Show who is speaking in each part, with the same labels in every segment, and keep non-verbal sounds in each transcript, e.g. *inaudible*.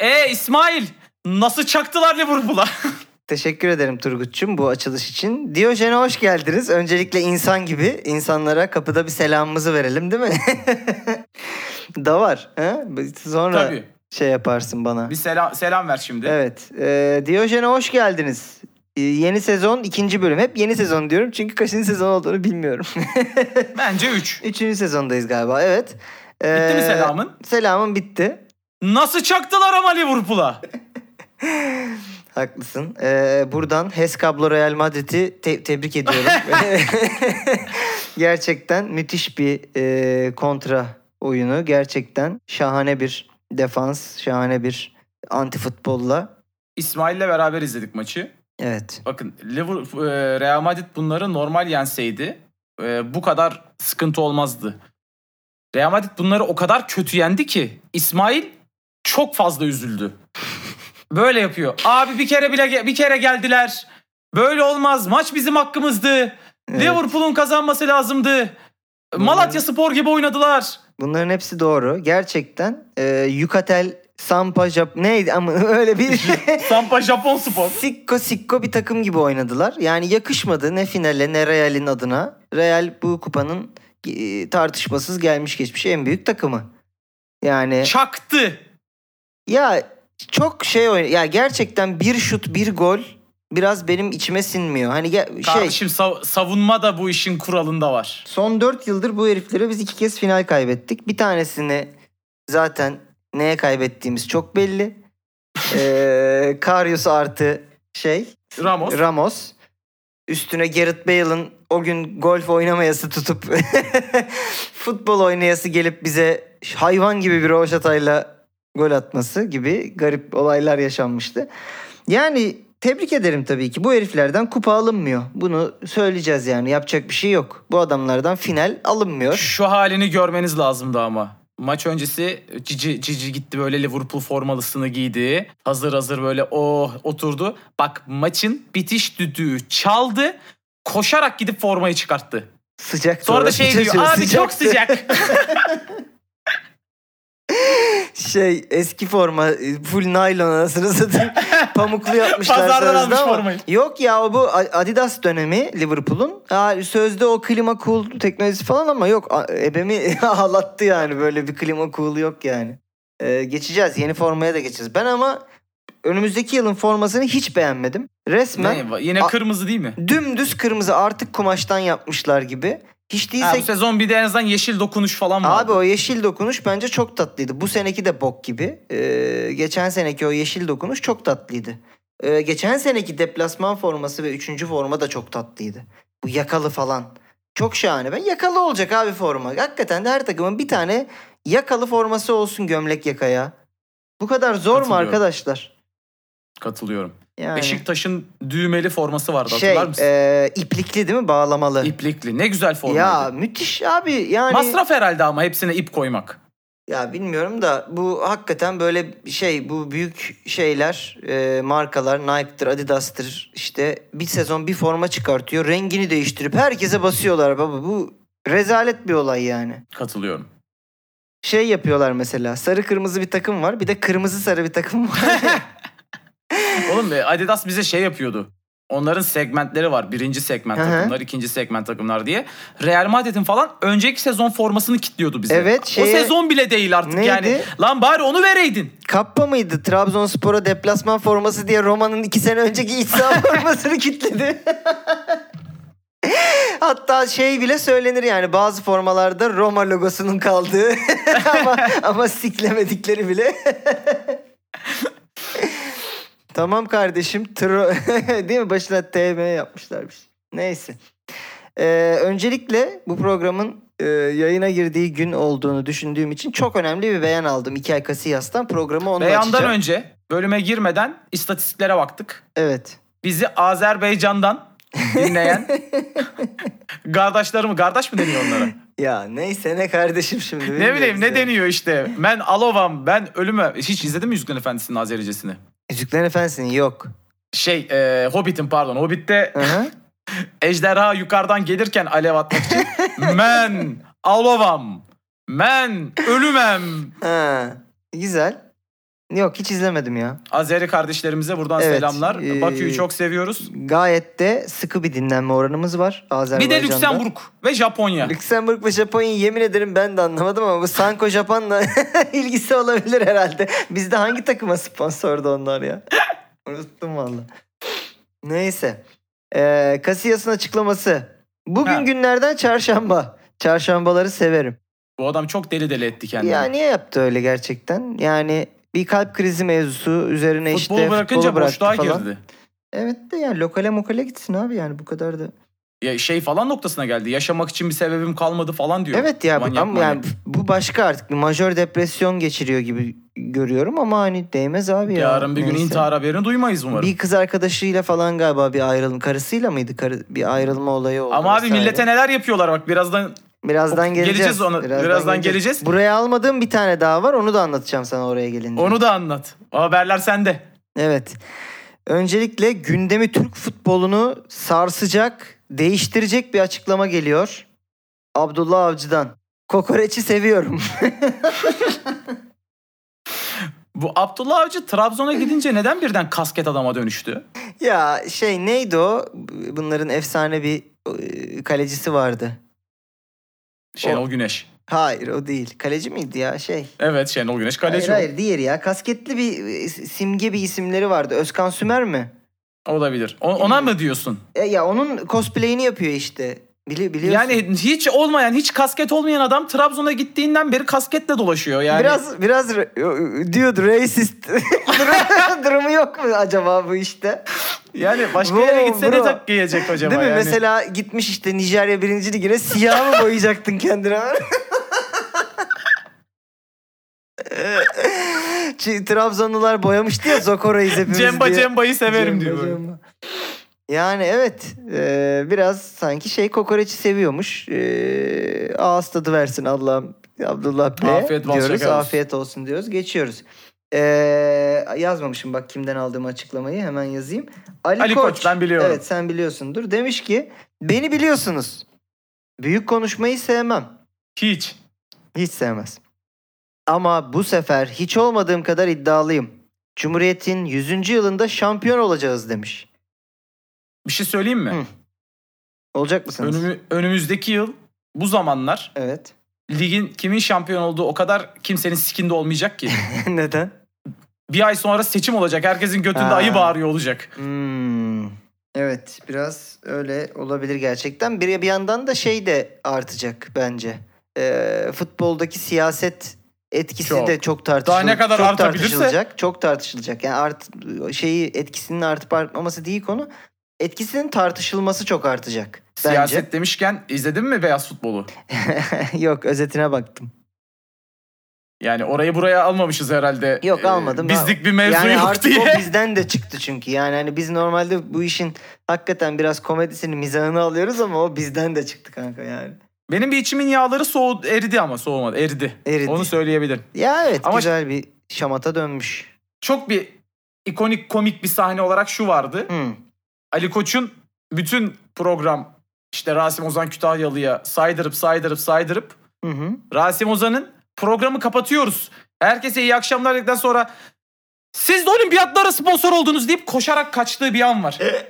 Speaker 1: E, İsmail nasıl çaktılar Liverpool'a?
Speaker 2: Teşekkür ederim Turgut'cum bu açılış için. Diyojen'e hoş geldiniz. Öncelikle insan gibi insanlara kapıda bir selamımızı verelim değil mi? *laughs* da var. He?
Speaker 3: *laughs*
Speaker 2: Sonra
Speaker 3: Tabii.
Speaker 2: şey yaparsın bana.
Speaker 3: Bir selam, selam ver şimdi.
Speaker 2: Evet. E, Diyojen'e hoş geldiniz. E, yeni sezon ikinci bölüm. Hep yeni sezon diyorum çünkü kaçıncı sezon olduğunu bilmiyorum. *laughs*
Speaker 3: Bence 3.
Speaker 2: Üçüncü sezondayız galiba evet. E,
Speaker 3: Bitti mi selamın?
Speaker 2: Selamım bitti.
Speaker 1: Nasıl çaktılar ama Liverpool'a?
Speaker 2: Haklısın. Ee, buradan HES Kablo Real Madrid'i te- tebrik ediyorum. *laughs* Gerçekten müthiş bir e, kontra oyunu. Gerçekten şahane bir defans, şahane bir anti futbolla.
Speaker 3: İsmail'le beraber izledik maçı.
Speaker 2: Evet.
Speaker 3: Bakın Liverpool, e, Real Madrid bunları normal yenseydi e, bu kadar sıkıntı olmazdı. Real Madrid bunları o kadar kötü yendi ki İsmail çok fazla üzüldü. *laughs* Böyle yapıyor. Abi bir kere bile ge- bir kere geldiler. Böyle olmaz. Maç bizim hakkımızdı.
Speaker 2: Evet.
Speaker 3: Liverpool'un kazanması lazımdı. Malatya Spor gibi oynadılar.
Speaker 2: Bunların hepsi doğru. Gerçekten e, Yukatel, Sampa, Jap... Neydi ama *laughs* öyle bir... şey.
Speaker 3: Sampa Japon Spor.
Speaker 2: Sikko sikko bir takım gibi oynadılar. Yani yakışmadı ne finale ne Real'in adına. Real bu kupanın e, tartışmasız gelmiş geçmiş en büyük takımı. Yani
Speaker 1: Çaktı.
Speaker 3: Şey-
Speaker 2: ya çok şey oyn- ya gerçekten bir şut bir gol biraz benim içime sinmiyor. Hani ge- şey
Speaker 3: Kardeşim sav- savunma da bu işin kuralında var.
Speaker 2: Son 4 yıldır bu heriflere biz iki kez final kaybettik. Bir tanesini zaten neye kaybettiğimiz
Speaker 3: *laughs*
Speaker 2: çok belli. ee, Karius artı şey
Speaker 3: Ramos.
Speaker 2: Ramos. Üstüne Gareth Bale'ın o gün golf oynamayası tutup *laughs* futbol oynayası gelip bize hayvan gibi bir roşatayla gol atması gibi garip olaylar yaşanmıştı. Yani tebrik ederim tabii ki. Bu heriflerden kupa alınmıyor. Bunu söyleyeceğiz yani. Yapacak bir şey yok. Bu adamlardan final alınmıyor.
Speaker 3: Şu halini görmeniz lazımdı ama. Maç öncesi Cici, Cici gitti böyle Liverpool formalısını giydi. Hazır hazır böyle oh oturdu. Bak maçın bitiş düdüğü çaldı. Koşarak gidip formayı çıkarttı.
Speaker 2: Sıcak
Speaker 3: Sonra da şey diyor abi çok
Speaker 2: Sıcaktı."
Speaker 3: sıcak.
Speaker 2: şey eski forma e, full naylon anasını
Speaker 3: *laughs*
Speaker 2: satayım. Pamuklu yapmışlar.
Speaker 3: Pazardan
Speaker 2: sarısı
Speaker 3: almış
Speaker 2: ama-
Speaker 3: formayı.
Speaker 2: Yok ya o bu Adidas dönemi Liverpool'un. Ha, sözde o klima cool teknolojisi falan ama yok a- ebemi *laughs* ağlattı yani böyle bir klima cool yok yani. Ee, geçeceğiz yeni formaya da geçeceğiz. Ben ama önümüzdeki yılın formasını hiç beğenmedim. *laughs* Resmen
Speaker 3: Ne, yine
Speaker 2: A-
Speaker 3: kırmızı değil mi?
Speaker 2: dümdüz kırmızı artık kumaştan yapmışlar gibi. Hiç değilse
Speaker 3: Ha, bu sezon bir de en azından yeşil dokunuş falan var.
Speaker 2: Abi o yeşil dokunuş bence çok tatlıydı. Bu seneki de bok gibi. Ee, geçen seneki o yeşil dokunuş çok tatlıydı. Ee, geçen seneki deplasman forması ve üçüncü forma da çok tatlıydı. Bu yakalı falan. Çok şahane. Ben yakalı olacak abi forma. Hakikaten de her takımın bir tane yakalı forması olsun gömlek yakaya. Bu kadar zor mu
Speaker 3: Katılıyorum.
Speaker 2: arkadaşlar?
Speaker 3: Katılıyorum.
Speaker 2: Yani
Speaker 3: Beşiktaş'ın düğmeli forması vardı
Speaker 2: şey
Speaker 3: hatırlar mısın?
Speaker 2: e, iplikli değil mi bağlamalı?
Speaker 3: İplikli. Ne güzel formaydı.
Speaker 2: ya hani- müthiş abi yani.
Speaker 3: Masraf herhalde ama hepsine ip koymak.
Speaker 2: Ya bilmiyorum da bu hakikaten böyle şey bu büyük şeyler e, markalar Nike'dır Adidas'tır işte bir sezon bir forma çıkartıyor rengini değiştirip herkese basıyorlar baba bu rezalet bir olay yani.
Speaker 3: Katılıyorum.
Speaker 2: Şey yapıyorlar mesela sarı kırmızı bir takım var bir de kırmızı sarı bir takım var.
Speaker 3: Oğlum e, Adidas bize şey yapıyordu. Onların segmentleri var. Birinci segment
Speaker 2: Hı hı.
Speaker 3: takımlar, ikinci segment takımlar diye. Real Madrid'in falan önceki sezon formasını kitliyordu bize.
Speaker 2: Evet,
Speaker 3: O
Speaker 2: şeye-
Speaker 3: sezon bile değil artık
Speaker 2: Neydi?
Speaker 3: yani. Lan bari onu vereydin.
Speaker 2: Kappa mıydı Trabzonspor'a deplasman forması diye Roma'nın iki sene önceki iç saha formasını kitledi. Hatta şey bile söylenir yani bazı formalarda Roma logosunun kaldığı *laughs* ama, ama siklemedikleri bile. *laughs* tamam kardeşim. Tro- *laughs* Değil mi? Başına TM yapmışlarmış. Neyse. Ee, öncelikle bu programın e, yayına girdiği gün olduğunu düşündüğüm için çok önemli bir beyan aldım. İki ay Casillas'tan programı onunla
Speaker 3: Beyandan
Speaker 2: açacağım.
Speaker 3: önce bölüme girmeden istatistiklere baktık.
Speaker 2: Evet.
Speaker 3: Bizi Azerbaycan'dan
Speaker 2: *laughs*
Speaker 3: dinleyen kardeşlerim kardeş mi deniyor onlara?
Speaker 2: Ya neyse ne kardeşim şimdi.
Speaker 3: ne
Speaker 2: bilmiyoruz
Speaker 3: bileyim ne
Speaker 2: ya.
Speaker 3: deniyor işte. Ben alovam, ben ölüme. Hiç izledin mi Yüzgün Efendisi'nin Azerecesini?
Speaker 2: Yüzüklerin Efendisi'nin yok.
Speaker 3: Şey, e, Hobbit'in pardon. Hobbit'te
Speaker 2: Aha.
Speaker 3: ejderha yukarıdan gelirken alev atmak
Speaker 2: *laughs*
Speaker 3: için men alovam men ölümem
Speaker 2: ha. Güzel. Yok hiç izlemedim ya.
Speaker 3: Azeri kardeşlerimize buradan
Speaker 2: Evet,
Speaker 3: selamlar.
Speaker 2: ee,
Speaker 3: Bakü'yü çok seviyoruz.
Speaker 2: Gayet de sıkı bir dinlenme oranımız var
Speaker 3: Bir
Speaker 2: Azerbaycan'da.
Speaker 3: de Lüksemburg ve Japonya.
Speaker 2: Lüksemburg ve Japonya'yı yemin ederim ben de anlamadım ama bu Sanko Japan'la *laughs* ilgisi olabilir herhalde. Bizde hangi takıma sponsordu onlar ya? Unuttum valla. Neyse. Ee, Casillas'ın açıklaması. Bugün
Speaker 3: Ha.
Speaker 2: günlerden çarşamba. Çarşambaları severim.
Speaker 3: Bu adam çok deli deli etti kendini.
Speaker 2: Ya niye yaptı öyle gerçekten? Yani bir kalp krizi mevzusu üzerine
Speaker 3: Futbolu
Speaker 2: işte
Speaker 3: bırakınca
Speaker 2: futbolu bıraktı
Speaker 3: boşluğa
Speaker 2: falan.
Speaker 3: girdi.
Speaker 2: Evet de yani lokale mokale gitsin abi yani bu kadar da.
Speaker 3: Ya şey falan noktasına geldi. Yaşamak için bir sebebim kalmadı falan diyor.
Speaker 2: Evet ya bu-
Speaker 3: Manyak
Speaker 2: ama yani
Speaker 3: manyak.
Speaker 2: bu başka artık bir majör depresyon geçiriyor gibi görüyorum ama hani değmez abi ya.
Speaker 3: Yarın bir gün
Speaker 2: Neyse.
Speaker 3: intihar haberini duymayız umarım.
Speaker 2: Bir kız arkadaşıyla falan galiba bir ayrılma karısıyla mıydı Karı- bir ayrılma olayı oldu.
Speaker 3: Ama abi
Speaker 2: vesaire.
Speaker 3: millete neler yapıyorlar bak birazdan.
Speaker 2: birazdan
Speaker 3: Of,
Speaker 2: geleceğiz.
Speaker 3: geleceğiz ona. Birazdan geleceğiz.
Speaker 2: Buraya almadığım bir tane daha var onu da anlatacağım sana oraya gelince.
Speaker 3: Onu da anlat. O haberler sende.
Speaker 2: Evet. Öncelikle gündemi Türk futbolunu sarsacak, değiştirecek bir açıklama geliyor. Abdullah Avcı'dan. Kokoreçi seviyorum. *laughs*
Speaker 3: Bu Abdullah Avcı Trabzon'a gidince neden birden kasket adama dönüştü?
Speaker 2: Ya şey neydi o? Bunların efsane bir e, kalecisi vardı.
Speaker 3: Şenol Güneş.
Speaker 2: Hayır o değil. Kaleci miydi ya şey?
Speaker 3: Evet Şenol Güneş kaleci.
Speaker 2: hayır hayır diğeri ya. Kasketli bir e, simge bir isimleri vardı. Özkan Sümer mi?
Speaker 3: o. Olabilir. O- ona mı diyorsun?
Speaker 2: E, ya onun cosplay'ini yapıyor işte. Bili, biliyorsun.
Speaker 3: Yani hiç olmayan, hiç kasket olmayan adam Trabzon'a gittiğinden beri kasketle dolaşıyor yani.
Speaker 2: Biraz biraz ra- diyordu
Speaker 3: *laughs*
Speaker 2: racist *laughs* durumu- durumu yok mu acaba bu işte?
Speaker 3: yani başka
Speaker 2: Wow,
Speaker 3: yere gitse ne
Speaker 2: bravo.
Speaker 3: tak giyecek acaba
Speaker 2: Değil mi?
Speaker 3: yani?
Speaker 2: Mesela gitmiş işte Nijerya birinci ligine siyah mı boyayacaktın kendine? *laughs* Ç- Trabzonlular boyamıştı ya Zokora'yı hepimiz
Speaker 3: Cemba
Speaker 2: diye.
Speaker 3: Cemba'yı severim
Speaker 2: Cemba,
Speaker 3: diyor. böyle.
Speaker 2: Cemba. Yani evet e, biraz sanki şey kokoreçi seviyormuş. E, ağız tadı versin Allah'ım. Abdullah Bey
Speaker 3: Afiyet bal
Speaker 2: diyoruz.
Speaker 3: şeker olsun.
Speaker 2: Afiyet olsun diyoruz. Geçiyoruz. E, yazmamışım bak kimden aldığım açıklamayı hemen yazayım. Ali,
Speaker 3: Ali Koç, ben biliyorum.
Speaker 2: Evet sen biliyorsundur. Demiş ki beni biliyorsunuz. Büyük konuşmayı sevmem.
Speaker 3: Hiç.
Speaker 2: Hiç sevmez. Ama bu sefer hiç olmadığım kadar iddialıyım. Cumhuriyet'in 100. yılında şampiyon olacağız demiş.
Speaker 3: Bir şey söyleyeyim mi?
Speaker 2: Hı. Olacak mısınız?
Speaker 3: Önümü- önümüzdeki yıl bu zamanlar *laughs*
Speaker 2: Evet.
Speaker 3: ligin kimin şampiyon olduğu o kadar kimsenin sikinde olmayacak ki.
Speaker 2: Neden?
Speaker 3: bir ay sonra seçim olacak. Herkesin götünde
Speaker 2: Ha.
Speaker 3: ayı bağırıyor olacak.
Speaker 2: Hmm. Evet biraz öyle olabilir gerçekten. Bir, bir yandan da şey de artacak bence. Ee, futboldaki siyaset etkisi
Speaker 3: Çok.
Speaker 2: de çok tartışılacak.
Speaker 3: Daha ne kadar
Speaker 2: çok
Speaker 3: artabilirse-
Speaker 2: tartışılacak. Çok tartışılacak. Yani art şeyi etkisinin artıp artmaması değil konu. Etkisinin tartışılması çok artacak. bence.
Speaker 3: Siyaset demişken izledin mi beyaz futbolu?
Speaker 2: *laughs* Yok özetine baktım.
Speaker 3: Yani orayı buraya almamışız herhalde.
Speaker 2: Yok,
Speaker 3: Ee,
Speaker 2: almadım.
Speaker 3: Bizlik bir mevzu
Speaker 2: yani
Speaker 3: yok
Speaker 2: artık
Speaker 3: diye.
Speaker 2: o bizden de çıktı çünkü. Yani hani biz normalde bu işin hakikaten biraz komedisini, mizahını alıyoruz ama o bizden de çıktı kanka yani.
Speaker 3: *laughs* Benim bir içimin yağları soğu eridi ama soğumadı. Eridi.
Speaker 2: Eridi.
Speaker 3: Onu söyleyebilirim.
Speaker 2: Ya evet
Speaker 3: Ama-
Speaker 2: güzel bir şamata dönmüş.
Speaker 3: Çok bir ikonik komik bir sahne olarak şu vardı.
Speaker 2: Hı.
Speaker 3: Ali Koç'un bütün program işte Rasim Ozan Kütahyalı'ya saydırıp saydırıp saydırıp
Speaker 2: Hı hı. *laughs*
Speaker 3: Rasim Ozan'ın programı kapatıyoruz. Herkese iyi akşamlar dedikten sonra siz de olimpiyatlara sponsor oldunuz deyip koşarak kaçtığı bir an var.
Speaker 2: E,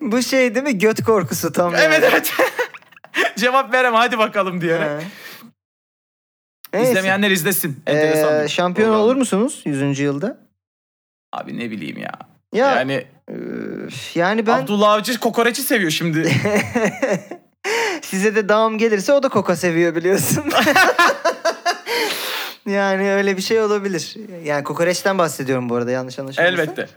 Speaker 2: Bu şey değil mi göt korkusu tam. yani.
Speaker 3: *laughs* evet evet. *laughs* Cevap verem hadi bakalım diyerek.
Speaker 2: Ha. E, Neyse.
Speaker 3: İzlemeyenler izlesin.
Speaker 2: Ee,
Speaker 3: Enteresan bir
Speaker 2: şampiyon
Speaker 3: program.
Speaker 2: olur musunuz 100. yılda?
Speaker 3: Abi ne bileyim ya.
Speaker 2: Ya yani,
Speaker 3: yani
Speaker 2: yani ben
Speaker 3: Abdullah Avcı kokoreçi seviyor
Speaker 2: *laughs*
Speaker 3: şimdi.
Speaker 2: Size de dağım gelirse o da koka seviyor
Speaker 3: *laughs*
Speaker 2: biliyorsun. yani öyle bir şey olabilir. Yani kokoreçten bahsediyorum bu arada yanlış anlaşılmasın.
Speaker 3: Elbette.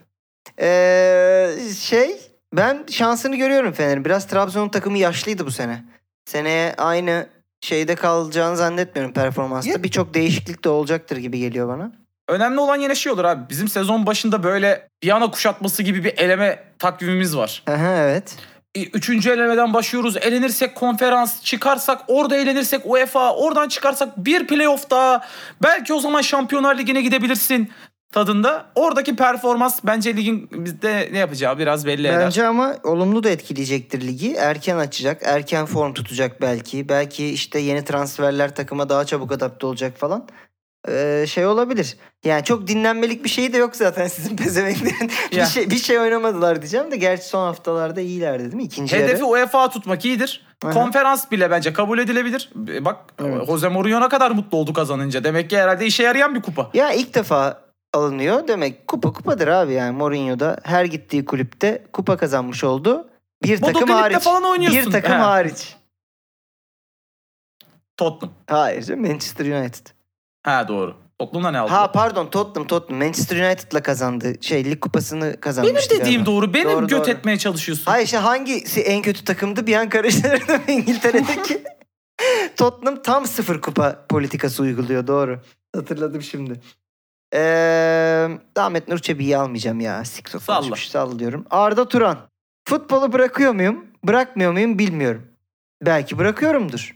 Speaker 2: Ee, şey ben şansını görüyorum Fener'in. Biraz Trabzon'un takımı yaşlıydı bu sene. Seneye aynı şeyde kalacağını zannetmiyorum performansta.
Speaker 3: Ya-
Speaker 2: Birçok değişiklik de olacaktır gibi geliyor bana.
Speaker 3: Önemli olan yine şey olur abi. Bizim sezon başında böyle Viyana kuşatması gibi bir eleme takvimimiz var.
Speaker 2: Aha, evet.
Speaker 3: E, Üçüncü elemeden başlıyoruz. Elenirsek konferans, çıkarsak orada elenirsek UEFA, oradan çıkarsak bir playoff daha. Belki o zaman Şampiyonlar Ligi'ne gidebilirsin tadında. Oradaki performans bence ligin bizde ne yapacağı biraz belli eder.
Speaker 2: Bence ama olumlu da etkileyecektir ligi. Erken açacak, erken form tutacak belki. Belki işte yeni transferler takıma daha çabuk adapte olacak falan. e, şey olabilir. Yani çok dinlenmelik bir şeyi de yok zaten *laughs* sizin pezevenklerin. bir,
Speaker 3: Ya.
Speaker 2: şey, bir şey oynamadılar diyeceğim de gerçi son haftalarda iyilerdi değil mi? İkinci
Speaker 3: Hedefi
Speaker 2: yarı.
Speaker 3: UEFA tutmak iyidir.
Speaker 2: Aha.
Speaker 3: Konferans bile bence kabul edilebilir. E, Bak
Speaker 2: Evet.
Speaker 3: Jose Mourinho'na kadar mutlu oldu kazanınca. Demek ki herhalde işe yarayan bir kupa.
Speaker 2: Ya ilk defa alınıyor demek kupa kupadır abi yani Mourinho'da her gittiği kulüpte kupa kazanmış oldu. Bir
Speaker 3: Moto
Speaker 2: takım
Speaker 3: Club'de
Speaker 2: hariç.
Speaker 3: falan oynuyorsun.
Speaker 2: Bir takım
Speaker 3: He.
Speaker 2: hariç.
Speaker 3: Tottenham.
Speaker 2: Hayır canım, Manchester United.
Speaker 3: Ha doğru. Tottenham'da ne aldı?
Speaker 2: Ha pardon Tottenham Tottenham Manchester United'la kazandı. Şey lig kupasını kazanmıştı.
Speaker 3: benim dediğim
Speaker 2: galiba.
Speaker 3: doğru. Benim
Speaker 2: Doğru,
Speaker 3: göt
Speaker 2: doğru.
Speaker 3: etmeye çalışıyorsun.
Speaker 2: Hayır işte hangisi en kötü takımdı bir an karıştırdım *laughs*
Speaker 3: *laughs*
Speaker 2: İngiltere'deki. Tottenham tam sıfır kupa politikası uyguluyor doğru. Hatırladım şimdi. Ee, Ahmet Nur Çebi'yi almayacağım ya. Siktir
Speaker 3: Salla.
Speaker 2: konuşmuş, sallıyorum. Arda Turan. Futbolu bırakıyor muyum? Bırakmıyor muyum bilmiyorum. Belki bırakıyorumdur.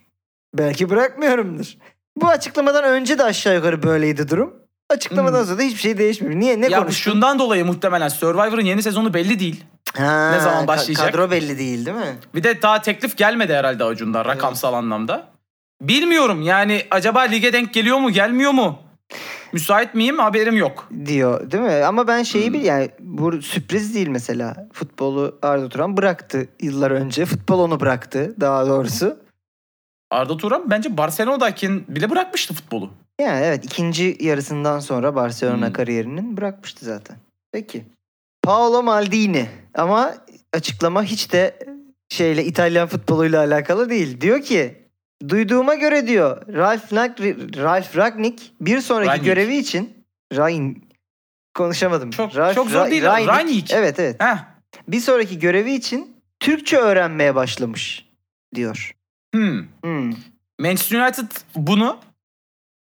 Speaker 2: Belki bırakmıyorumdur. Bu açıklamadan önce de aşağı yukarı böyleydi durum. Açıklamadan sonra da hiçbir şey değişmiyor. Niye? Ne
Speaker 3: Hmm. ya bu
Speaker 2: konuştun?
Speaker 3: şundan dolayı muhtemelen Survivor'ın yeni sezonu belli değil.
Speaker 2: Ha,
Speaker 3: ne zaman
Speaker 2: ka-
Speaker 3: başlayacak?
Speaker 2: Kadro belli değil değil mi?
Speaker 3: Bir de daha teklif gelmedi herhalde Acun'dan rakamsal anlamda. Bilmiyorum yani acaba lige denk geliyor mu gelmiyor mu? Müsait miyim haberim yok.
Speaker 2: diyor değil mi? Ama ben şeyi
Speaker 3: Hmm.
Speaker 2: bir yani bu sürpriz değil mesela. Futbolu Arda Turan bıraktı yıllar önce. Futbol onu bıraktı daha doğrusu.
Speaker 3: Arda Turan bence Barcelona'dayken bile bırakmıştı futbolu.
Speaker 2: Yani evet ikinci yarısından sonra Barcelona
Speaker 3: Hmm.
Speaker 2: kariyerinin bırakmıştı zaten. Peki. Paolo Maldini ama açıklama hiç de şeyle İtalyan futboluyla alakalı değil. Diyor ki duyduğuma göre diyor Ralf, Ragni- Ralf Ragnik bir sonraki
Speaker 3: Rangnick.
Speaker 2: görevi için Rain konuşamadım.
Speaker 3: Çok-
Speaker 2: Ralf
Speaker 3: çok zor değil.
Speaker 2: Rangnick.
Speaker 3: Rangnick.
Speaker 2: Evet evet.
Speaker 3: Heh.
Speaker 2: Bir sonraki görevi için Türkçe öğrenmeye başlamış diyor.
Speaker 3: Hmm.
Speaker 2: Hmm,
Speaker 3: Manchester United bunu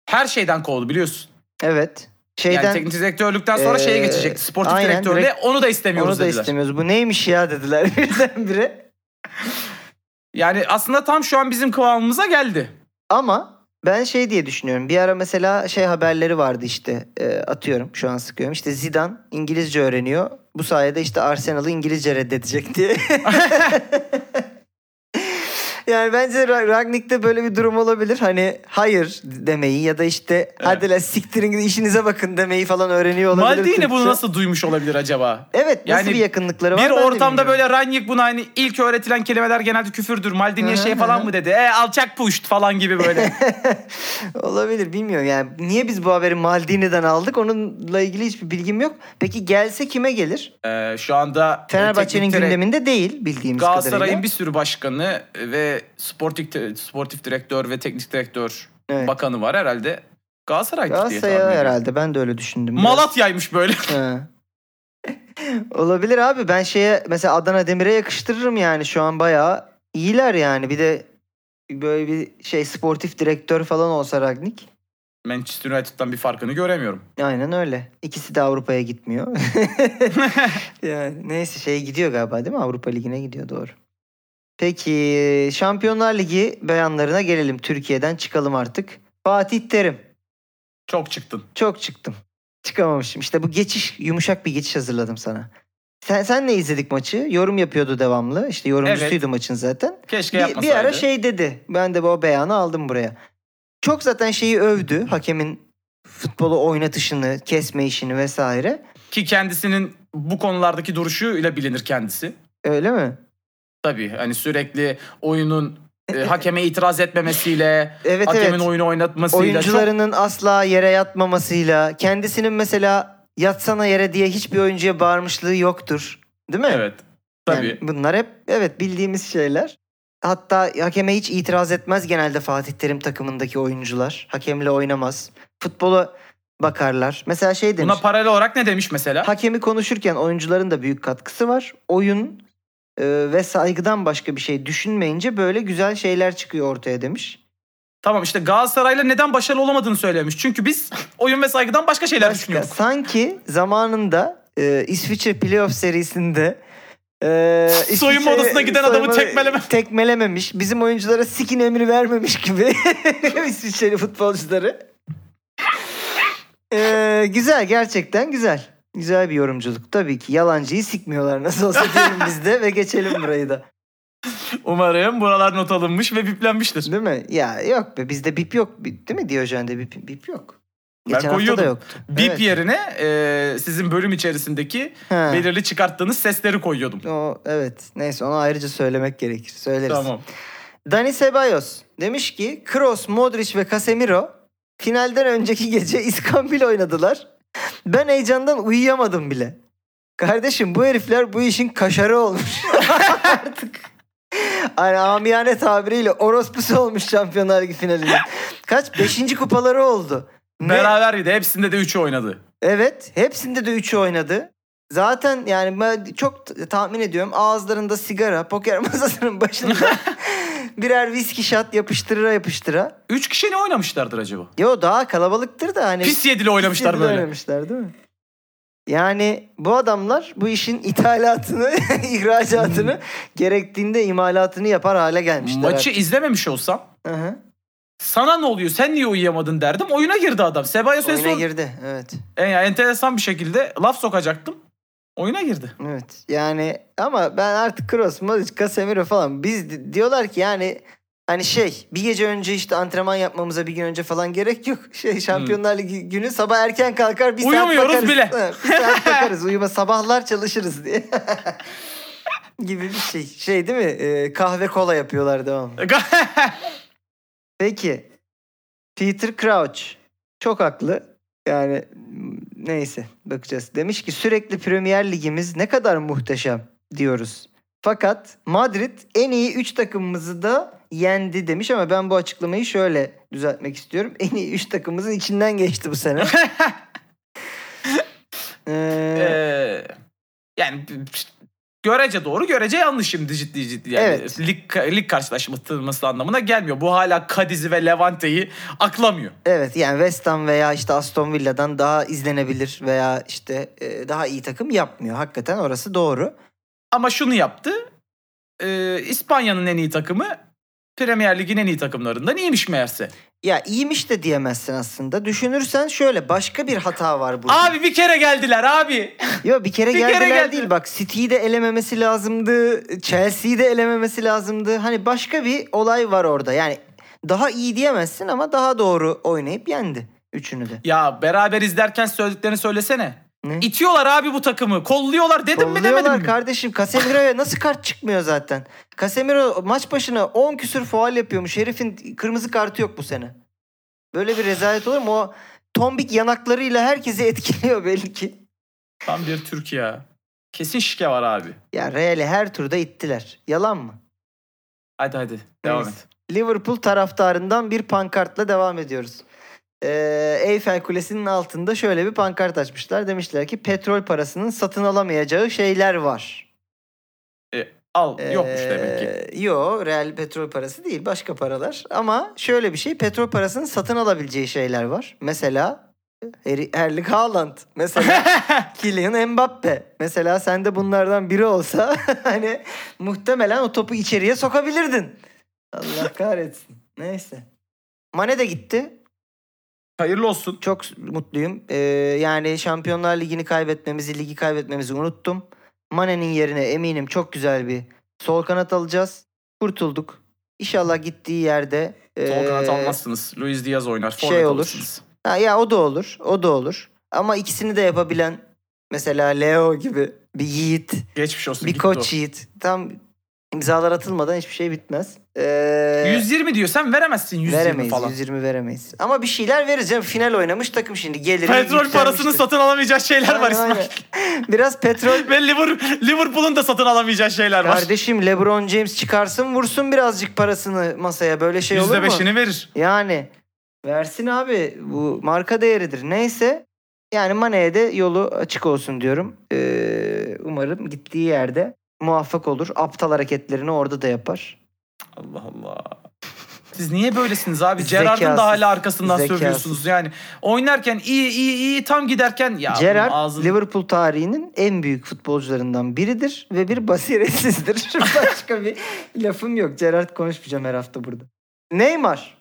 Speaker 3: her şeyden kovdu biliyorsun.
Speaker 2: Evet. Şeyden
Speaker 3: yani teknik direktörlükten sonra şeye
Speaker 2: Ee,
Speaker 3: geçecek. Sportif
Speaker 2: aynen,
Speaker 3: direktörlüğe
Speaker 2: direkt-
Speaker 3: onu da istemiyoruz
Speaker 2: onu da
Speaker 3: dediler.
Speaker 2: istemiyoruz. Bu neymiş ya dediler *laughs* birdenbire.
Speaker 3: Yani aslında tam şu an bizim kıvamımıza geldi.
Speaker 2: Ama ben şey diye düşünüyorum. Bir ara mesela şey haberleri vardı işte e, atıyorum şu an sıkıyorum. İşte Zidane İngilizce öğreniyor. Bu sayede işte Arsenal'ı İngilizce reddedecek diye. *laughs* Yani bence Ra- Ragnik'te böyle bir durum olabilir. Hani hayır demeyi ya da işte hadi la siktirin gidin, işinize bakın demeyi falan öğreniyor olabilir.
Speaker 3: Maldini bunu
Speaker 2: Türkçe.
Speaker 3: nasıl duymuş olabilir acaba?
Speaker 2: Evet nasıl
Speaker 3: Yani
Speaker 2: bir yakınlıkları var?
Speaker 3: Bir
Speaker 2: ben de
Speaker 3: ortamda
Speaker 2: bilmiyorum.
Speaker 3: böyle Ranyik buna hani ilk öğretilen kelimeler genelde küfürdür. Maldini'ye
Speaker 2: Hı hı
Speaker 3: şey
Speaker 2: hı.
Speaker 3: falan mı dedi? E alçak puşt falan gibi
Speaker 2: *laughs*
Speaker 3: böyle.
Speaker 2: Olabilir bilmiyorum yani. Niye biz bu haberi Maldini'den aldık onunla ilgili hiçbir bilgim yok. Peki gelse kime gelir?
Speaker 3: Ee, şu anda
Speaker 2: Fenerbahçe'nin
Speaker 3: teknik direk-
Speaker 2: gündeminde değil bildiğimiz kadarıyla.
Speaker 3: Galatasaray'ın bir sürü başkanı ve sportif, sportif direktör ve teknik direktör
Speaker 2: Evet.
Speaker 3: bakanı var herhalde. Galatasaray diye tahmin
Speaker 2: Galatasaray'a
Speaker 3: ediyorum.
Speaker 2: herhalde ben de öyle düşündüm. biraz.
Speaker 3: Malatya'ymış böyle. *laughs*
Speaker 2: Ha. *laughs* Olabilir abi ben şeye mesela Adana Demir'e yakıştırırım yani şu an bayağı iyiler yani bir de böyle bir şey sportif direktör falan olsa Ragnik.
Speaker 3: Manchester United'dan bir farkını
Speaker 2: *laughs*
Speaker 3: göremiyorum.
Speaker 2: Aynen öyle. İkisi de Avrupa'ya gitmiyor. *laughs* yani neyse şeye gidiyor galiba değil mi? Avrupa Ligi'ne gidiyor doğru. Peki Şampiyonlar Ligi beyanlarına gelelim. Türkiye'den çıkalım artık. Fatih Terim.
Speaker 3: Çok çıktın.
Speaker 2: Çok çıktım. Çıkamamışım. İşte bu geçiş yumuşak bir geçiş hazırladım sana. Sen senle izledik maçı. Yorum yapıyordu devamlı. İşte yorumcusuydu maçın zaten.
Speaker 3: Keşke
Speaker 2: Bir,
Speaker 3: yapmasaydı.
Speaker 2: bir ara şey dedi. Ben de o beyanı aldım buraya. Çok zaten şeyi övdü. Hakemin futbolu oynatışını, kesme işini vesaire.
Speaker 3: Ki kendisinin bu konulardaki duruşuyla bilinir kendisi.
Speaker 2: Öyle mi?
Speaker 3: Tabii hani sürekli oyunun e, hakeme itiraz etmemesiyle,
Speaker 2: Evet
Speaker 3: hakemin
Speaker 2: evet.
Speaker 3: oyunu oynatmasıyla
Speaker 2: Oyuncularının asla yere yatmamasıyla, kendisinin mesela yatsana yere diye hiçbir oyuncuya bağırmışlığı yoktur. Değil mi?
Speaker 3: çok... Evet. Tabii.
Speaker 2: Yani bunlar hep evet bildiğimiz şeyler. Hatta hakeme hiç itiraz etmez genelde Fatih Terim takımındaki oyuncular. Hakemle oynamaz. Futbola bakarlar. Mesela şey demiş.
Speaker 3: Buna paralel olarak ne demiş mesela?
Speaker 2: Hakemi konuşurken oyuncuların da büyük katkısı var. Oyun e, ve saygıdan başka bir şey düşünmeyince böyle güzel şeyler çıkıyor ortaya demiş.
Speaker 3: Tamam işte Galatasaray'la neden başarılı olamadığını söylemiş. Çünkü biz oyun ve saygıdan başka şeyler
Speaker 2: Başka.
Speaker 3: düşünüyoruz.
Speaker 2: Sanki zamanında e, İsviçre playoff serisinde e,
Speaker 3: *laughs* Soyunma
Speaker 2: İsviçre'ye
Speaker 3: odasına giden adamı tekmeleme-
Speaker 2: *laughs* tekmelememiş. Bizim oyunculara sikin emri vermemiş gibi *laughs* İsviçreli futbolcuları. E, güzel gerçekten güzel. Güzel bir yorumculuk. Tabii ki yalancıyı sikmiyorlar
Speaker 3: *laughs*
Speaker 2: nasıl olsa diyelim biz de ve geçelim burayı da.
Speaker 3: Umarım buralar not alınmış ve biplenmiştir.
Speaker 2: Değil mi? Ya yok be bizde bip yok. Bi- Değil mi Diyojen'de bip, bip yok. Geçen hafta da
Speaker 3: koyuyordum.
Speaker 2: yoktu.
Speaker 3: Bip
Speaker 2: Evet.
Speaker 3: yerine e, sizin bölüm içerisindeki
Speaker 2: Ha.
Speaker 3: belirli çıkarttığınız sesleri koyuyordum.
Speaker 2: O evet. Neyse onu ayrıca söylemek gerekir. Söyleriz.
Speaker 3: Tamam.
Speaker 2: Dani Ceballos demiş ki Kroos, Modric ve Casemiro finalden önceki *laughs* gece iskambil oynadılar. Ben heyecandan uyuyamadım bile. Kardeşim bu herifler bu işin kaşarı olmuş. *laughs* Artık. Hani amiyane tabiriyle orospusu olmuş Şampiyonlar Ligi finalinde. Kaç? Beşinci kupaları oldu. Ne-
Speaker 3: Beraber bir de hepsinde de 3'ü oynadı.
Speaker 2: Evet. Hepsinde de 3'ü oynadı. Zaten yani ben çok t- tahmin ediyorum ağızlarında sigara, poker *laughs* masasının başında
Speaker 3: *laughs*
Speaker 2: birer viski şat yapıştırıra yapıştıra.
Speaker 3: 3 kişi ne oynamışlardır acaba?
Speaker 2: Yo daha kalabalıktır da hani.
Speaker 3: Pis yedili oynamışlar
Speaker 2: pis
Speaker 3: böyle.
Speaker 2: oynamışlar değil mi? Yani bu adamlar bu işin ithalatını, *laughs* ihracatını gerektiğinde imalatını yapar hale gelmişler.
Speaker 3: Hmm. Maçı
Speaker 2: artık.
Speaker 3: izlememiş olsam
Speaker 2: Hı hı.
Speaker 3: sana ne oluyor sen niye uyuyamadın derdim. Oyuna girdi adam. Sebayos en
Speaker 2: Oyuna
Speaker 3: son
Speaker 2: girdi. Evet.
Speaker 3: en, yani E, enteresan bir şekilde laf sokacaktım. Oyuna girdi.
Speaker 2: Evet yani ama ben artık Kroos, Modric, Casemiro falan biz di- diyorlar ki yani hani şey bir gece önce işte antrenman yapmamıza bir gün önce falan gerek yok. *laughs* Şey Şampiyonlar Ligi günü sabah erken kalkar bir
Speaker 3: Uyumuyoruz
Speaker 2: saat bakarız.
Speaker 3: bile.
Speaker 2: Ha, Bir
Speaker 3: *laughs*
Speaker 2: saat bakarız uyuma sabahlar çalışırız diye. *laughs* gibi bir şey. Şey değil mi? Ee, kahve kola yapıyorlar devam. *laughs* Peki. Peter Crouch. Çok haklı. Yani m, neyse bakacağız. Demiş ki sürekli Premier Ligimiz ne kadar muhteşem diyoruz. Fakat Madrid en iyi 3 takımımızı da yendi demiş ama ben bu açıklamayı şöyle düzeltmek istiyorum. En iyi 3 takımımızın içinden geçti bu sene. Ee,
Speaker 3: Ee, yani görece doğru görece yanlış şimdi ciddi ciddi yani
Speaker 2: Evet.
Speaker 3: lig, lig karşılaşması anlamına gelmiyor. Bu hala Kadiz'i ve Levante'yi aklamıyor.
Speaker 2: Evet yani West Ham veya işte Aston Villa'dan daha izlenebilir veya işte e, daha iyi takım yapmıyor. Hakikaten orası doğru.
Speaker 3: Ama şunu yaptı. Ee, İspanya'nın en iyi takımı Premier Lig'in en iyi takımlarından iyiymiş meğerse.
Speaker 2: Ya iyiymiş de diyemezsin aslında. Düşünürsen şöyle başka bir hata var burada.
Speaker 3: Abi bir kere geldiler abi.
Speaker 2: Yo bir kere
Speaker 3: bir kere
Speaker 2: geldiler
Speaker 3: geldi.
Speaker 2: değil bak City'yi de elememesi lazımdı. Chelsea'yi de elememesi lazımdı. Hani başka bir olay var orada. Yani daha iyi diyemezsin ama daha doğru oynayıp yendi üçünü de.
Speaker 3: Ya beraber izlerken söylediklerini söylesene.
Speaker 2: Ne?
Speaker 3: İtiyorlar abi bu takımı. Kolluyorlar dedim mi demedim
Speaker 2: Kolluyorlar
Speaker 3: mi?
Speaker 2: kardeşim. Casemiro'ya nasıl kart çıkmıyor zaten? Casemiro maç başına 10 küsür faal yapıyormuş. Herifin kırmızı kartı yok bu sene. Böyle bir rezalet olur mu? O tombik yanaklarıyla herkesi etkiliyor belli ki.
Speaker 3: Tam bir Türk ya. Kesin şike var abi.
Speaker 2: Ya Real'i her turda ittiler. Yalan mı?
Speaker 3: Hadi hadi devam
Speaker 2: Neyse.
Speaker 3: et.
Speaker 2: Liverpool taraftarından bir pankartla devam ediyoruz. Ee, Eyfel Kulesi'nin altında şöyle bir pankart açmışlar. Demişler ki petrol parasının satın alamayacağı şeyler var.
Speaker 3: E, Al
Speaker 2: Ee,
Speaker 3: yokmuş demek ki.
Speaker 2: Yo real petrol parası değil başka paralar. Ama şöyle bir şey petrol parasının satın alabileceği şeyler var. Mesela Eri- Erling Haaland.
Speaker 3: *laughs*
Speaker 2: Mesela Kylian Mbappe. Mesela sen de bunlardan biri olsa *laughs* hani muhtemelen o topu içeriye sokabilirdin. Allah kahretsin. Neyse. Mane de gitti.
Speaker 3: Hayırlı olsun.
Speaker 2: Çok mutluyum. Ee, yani Şampiyonlar Ligi'ni kaybetmemizi, ligi kaybetmemizi unuttum. Mane'nin yerine eminim çok güzel bir sol kanat alacağız. Kurtulduk. İnşallah gittiği yerde
Speaker 3: Sol kanat
Speaker 2: ee,
Speaker 3: almazsınız. Luis Diaz oynar.
Speaker 2: şey
Speaker 3: Forvet
Speaker 2: olur.
Speaker 3: alırsınız.
Speaker 2: Ha, ya o da olur. O da olur. Ama ikisini de yapabilen mesela Leo gibi bir yiğit
Speaker 3: Geçmiş olsun.
Speaker 2: bir
Speaker 3: gitti
Speaker 2: koç yiğit. Tam imzalar atılmadan hiçbir şey bitmez.
Speaker 3: o.
Speaker 2: Ee,
Speaker 3: 120 diyor. Sen veremezsin 120
Speaker 2: veremeyiz.
Speaker 3: falan.
Speaker 2: 120 veremeyiz. Ama bir şeyler vereceğim. Final oynamış takım şimdi gelir.
Speaker 1: Petrol parasını satın alamayacağı şeyler var İsmail.
Speaker 2: Biraz petrol
Speaker 1: Ve Liver- Liverpool'un da satın alamayacağı şeyler var.
Speaker 2: Kardeşim LeBron James çıkarsın vursun birazcık parasını masaya. Böyle şey olur mu?
Speaker 3: %5'ini verir.
Speaker 2: Yani versin abi bu marka değeridir. Neyse yani Mane'ye de yolu açık olsun diyorum. Ee, umarım gittiği yerde muvaffak olur. Aptal hareketlerini orada da yapar.
Speaker 3: Allah Allah. Siz niye böylesiniz abi? Gerard'ın
Speaker 2: Zekasız,
Speaker 3: da hala arkasından
Speaker 2: zekasız.
Speaker 3: sövüyorsunuz yani. Oynarken iyi iyi iyi tam giderken ya
Speaker 2: Gerrard
Speaker 3: bunun ağzını-
Speaker 2: Liverpool tarihinin en büyük futbolcularından biridir ve bir basiretsizdir. *laughs* Başka bir lafım yok. Gerrard konuşmayacağım her hafta burada. Neymar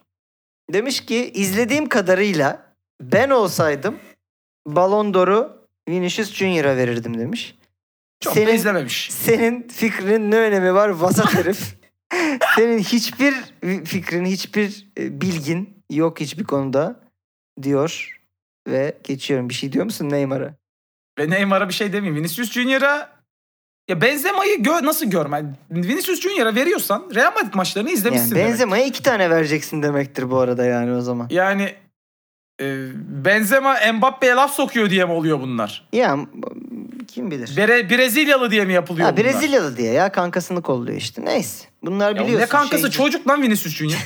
Speaker 2: demiş ki izlediğim kadarıyla ben olsaydım Ballon d'Or'u Vinicius Junior'a verirdim demiş.
Speaker 3: çok da
Speaker 2: senin-
Speaker 3: izlememiş.
Speaker 2: Senin fikrinin ne önemi
Speaker 3: *laughs*
Speaker 2: var vasat herif. Senin hiçbir fikrin, hiçbir e, bilgin yok hiçbir konuda diyor Ve geçiyorum. Bir şey diyor musun Neymar'a?
Speaker 3: Ve Neymar'a bir şey demeyeyim. Vinicius Junior'a ya Benzema'yı gö nasıl görmen? Vinicius Junior'a veriyorsan Real Madrid maçlarını
Speaker 2: Yani
Speaker 3: izlemişsin demek.
Speaker 2: Benzema'ya iki tane vereceksin demektir bu arada yani o zaman.
Speaker 3: Yani e, Benzema Mbappe'ye laf sokuyor diye mi oluyor bunlar?
Speaker 2: Ya m- kim bilir.
Speaker 3: Bere, Brezilyalı diye mi yapılıyor
Speaker 2: Ya
Speaker 3: bunlar?
Speaker 2: Brezilyalı diye ya kankasını kolluyor işte. Neyse. Bunlar
Speaker 3: Ya
Speaker 2: biliyorsun.
Speaker 3: ne kankası
Speaker 2: şey-
Speaker 3: çocuk lan Vinicius
Speaker 2: *laughs*
Speaker 3: Junior.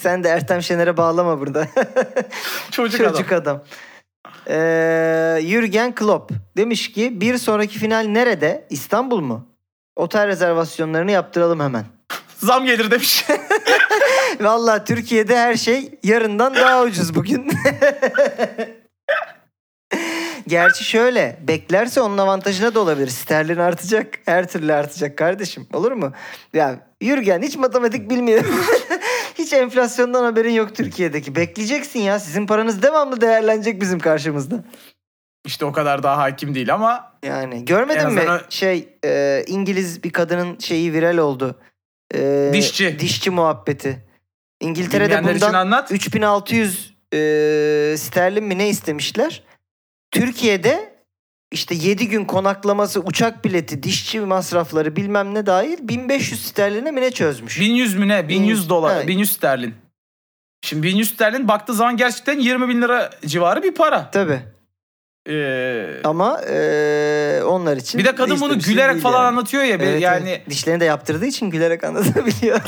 Speaker 2: Sen de Ertem Şener'e
Speaker 3: *laughs*
Speaker 2: bağlama burada.
Speaker 3: çocuk, adam.
Speaker 2: Çocuk adam. Ee, Jürgen Klopp demiş ki bir sonraki final nerede? İstanbul mu? Otel rezervasyonlarını yaptıralım hemen.
Speaker 1: Zam gelir demiş.
Speaker 2: Valla Türkiye'de her şey yarından daha ucuz bugün. *laughs* Gerçi şöyle beklerse onun avantajına da olabilir. Sterlin artacak. Her türlü artacak kardeşim. Olur mu? Ya Yürgen hiç matematik bilmiyor. *laughs* hiç enflasyondan haberin yok Türkiye'deki. Bekleyeceksin ya. Sizin paranız devamlı değerlenecek bizim karşımızda.
Speaker 3: İşte o kadar daha hakim değil ama
Speaker 2: Yani görmedin
Speaker 3: En
Speaker 2: mi?
Speaker 3: azından-
Speaker 2: Şey e, İngiliz bir kadının şeyi viral oldu. E,
Speaker 3: Dişçi.
Speaker 2: Dişçi muhabbeti. İngiltere'de
Speaker 3: bilmeyenler için
Speaker 2: bundan
Speaker 3: anlat.
Speaker 2: 3600 e, sterlin mi ne istemişler? Türkiye'de işte 7 gün konaklaması, uçak bileti, dişçi masrafları bilmem ne dahil 1500 sterline mi ne çözmüş?
Speaker 3: 1100 mü ne? 1100 dolar.
Speaker 2: Evet.
Speaker 3: 1100 sterlin. Şimdi 1100 sterlin baktığı zaman gerçekten 20 bin lira civarı bir para.
Speaker 2: Tabii.
Speaker 3: Ee,
Speaker 2: Ama e, onlar için
Speaker 3: bir de kadın bunu
Speaker 2: istemişler
Speaker 3: gülerek
Speaker 2: değil
Speaker 3: falan
Speaker 2: yani.
Speaker 3: anlatıyor ya.
Speaker 2: Evet,
Speaker 3: yani
Speaker 2: evet. dişlerini de yaptırdığı için
Speaker 3: *laughs*
Speaker 2: gülerek anlatabiliyor.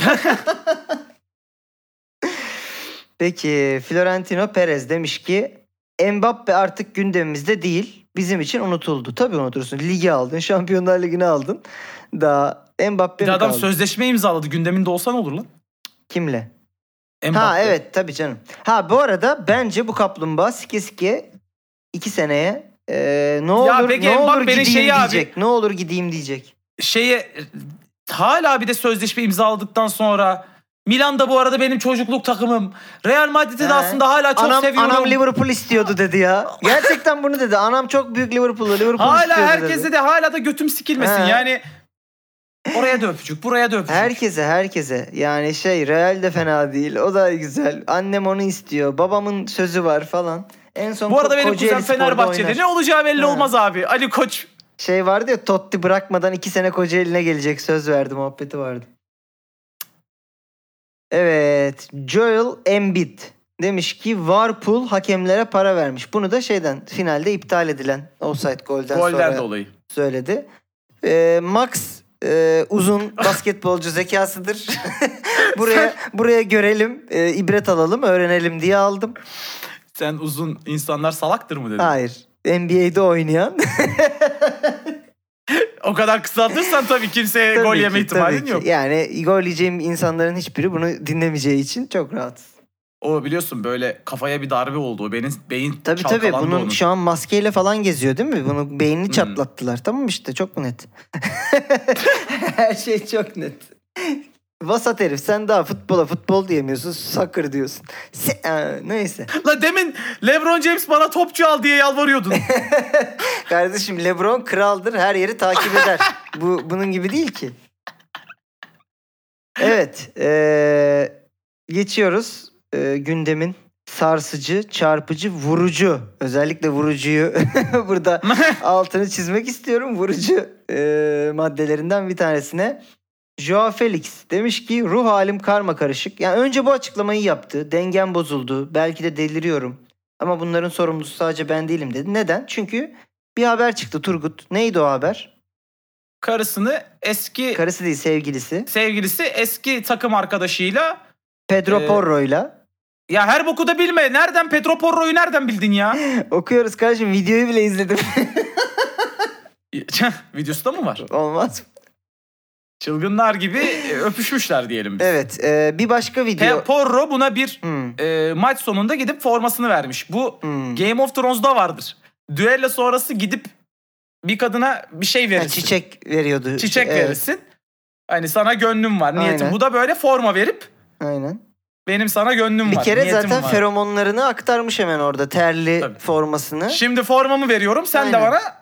Speaker 2: Peki Florentino Perez demiş ki Mbappe artık gündemimizde değil. Bizim için unutuldu. Tabii unutursun. Ligi aldın. Şampiyonlar Ligi'ni aldın. Daha Mbappe
Speaker 3: bir
Speaker 2: mi
Speaker 3: de adam
Speaker 2: kaldı?
Speaker 3: sözleşme imzaladı. Gündeminde olsa ne olur lan?
Speaker 2: Kimle?
Speaker 3: Mbappe.
Speaker 2: Ha evet tabii canım. Ha bu arada bence bu kaplumbağa sike sike iki seneye e, ne olur
Speaker 3: peki
Speaker 2: ne olur
Speaker 3: Mbappe'nin
Speaker 2: gideyim
Speaker 3: şeyi abi-
Speaker 2: diyecek. Ne olur gideyim diyecek.
Speaker 3: Şeye e, hala bir de sözleşme imzaladıktan sonra Milan'da bu arada benim çocukluk takımım. Real Madrid'i
Speaker 2: He.
Speaker 3: de aslında hala çok
Speaker 2: anam,
Speaker 3: seviyorum.
Speaker 2: anam Liverpool istiyordu dedi ya. Gerçekten bunu dedi. Anam çok büyük Liverpool'lu. Liverpool
Speaker 3: Hala
Speaker 2: istiyordu
Speaker 3: herkese
Speaker 2: dedi.
Speaker 3: de hala da götüm sikilmesin.
Speaker 2: He.
Speaker 3: Yani oraya da öpücük, buraya da öpücük.
Speaker 2: Herkese herkese. Yani şey Real de fena değil. O da güzel. Annem onu istiyor. Babamın sözü var falan. En son
Speaker 3: Bu arada
Speaker 2: Ko-
Speaker 3: benim
Speaker 2: Kocaeli
Speaker 3: kuzen
Speaker 2: Spor'da oynar.
Speaker 3: Fenerbahçe'de. Ne olacağı belli
Speaker 2: He.
Speaker 3: olmaz abi. Ali Koç.
Speaker 2: Şey vardı ya Totti bırakmadan iki sene Kocaeli'ne gelecek söz verdi muhabbeti vardı. Evet. Joel Embiid demiş ki Warpool hakemlere para vermiş. Bunu da şeyden finalde iptal edilen offside golden sonra
Speaker 3: Golden dolayı.
Speaker 2: söyledi. Ee, Max e,
Speaker 3: *laughs*
Speaker 2: uzun basketbolcu zekasıdır. buraya buraya görelim, e, ibret alalım, öğrenelim diye aldım.
Speaker 3: Sen uzun insanlar salaktır mı dedin?
Speaker 2: Hayır. NBA'de oynayan.
Speaker 3: O kadar kısaltırsan tabii kimseye
Speaker 2: Tabii
Speaker 3: gol
Speaker 2: ki,
Speaker 3: yeme
Speaker 2: tabii
Speaker 3: ihtimalin
Speaker 2: ki.
Speaker 3: yok.
Speaker 2: Yani gol yiyeceğim insanların hiçbiri bunu dinlemeyeceği için çok rahat.
Speaker 3: O biliyorsun böyle kafaya bir darbe oldu. O benim beyin
Speaker 2: Tabii tabii
Speaker 3: çalkalandı
Speaker 2: bunun
Speaker 3: onun. Hmm.
Speaker 2: şu an maskeyle falan geziyor değil mi? Bunu beynini çatlattılar. Tamam işte çok mu net? *laughs* Her şey çok net. Vasat herif sen daha futbola futbol diyemiyorsun. Soccer diyorsun. Se- Aa, neyse.
Speaker 3: La demin LeBron James bana topçu al diye
Speaker 2: *laughs*
Speaker 3: yalvarıyordun.
Speaker 2: Kardeşim LeBron kraldır. Her yeri takip eder. Bu bunun gibi değil ki. Evet, eee, geçiyoruz eee, gündemin sarsıcı, çarpıcı, vurucu. Özellikle vurucuyu *laughs* burada altını çizmek istiyorum. Vurucu eee, maddelerinden bir tanesine. Joao Felix demiş ki ruh halim karma karışık. Yani önce bu açıklamayı yaptı. Dengem bozuldu. Belki de deliriyorum. Ama bunların sorumlusu sadece ben değilim dedi. Neden? Çünkü bir haber çıktı Turgut. Neydi o haber?
Speaker 3: Karısını eski
Speaker 2: Karısı değil sevgilisi.
Speaker 3: sevgilisi eski takım arkadaşıyla
Speaker 2: Pedro
Speaker 3: Ee,
Speaker 2: Porro'yla. *laughs*
Speaker 3: ya her boku da bilme. Nereden Pedro Porro'yu nereden bildin ya?
Speaker 2: Okuyoruz kardeşim videoyu bile izledim. *laughs*
Speaker 3: *laughs* Videosu da mı var?
Speaker 2: Olmaz. mı?
Speaker 3: Çılgınlar gibi e, öpüşmüşler diyelim biz.
Speaker 2: Evet e, bir başka video.
Speaker 3: Pe- Porro buna bir
Speaker 2: Hmm,
Speaker 3: e, maç sonunda gidip formasını vermiş. Bu
Speaker 2: hmm.
Speaker 3: Game of Thrones'da vardır. Düello sonrası gidip bir kadına bir şey
Speaker 2: Ha,
Speaker 3: verirsin. çiçek
Speaker 2: çiçek veriyordu. Evet,
Speaker 3: verirsin. Hani sana gönlüm var niyetim.
Speaker 2: Aynen.
Speaker 3: Bu da böyle forma verip
Speaker 2: Aynen.
Speaker 3: benim sana gönlüm
Speaker 2: Bir
Speaker 3: var
Speaker 2: kere
Speaker 3: niyetim
Speaker 2: zaten
Speaker 3: var.
Speaker 2: feromonlarını aktarmış hemen orada terli
Speaker 3: Tabii.
Speaker 2: formasını.
Speaker 3: Şimdi formamı veriyorum sen de
Speaker 2: Aynen.
Speaker 3: bana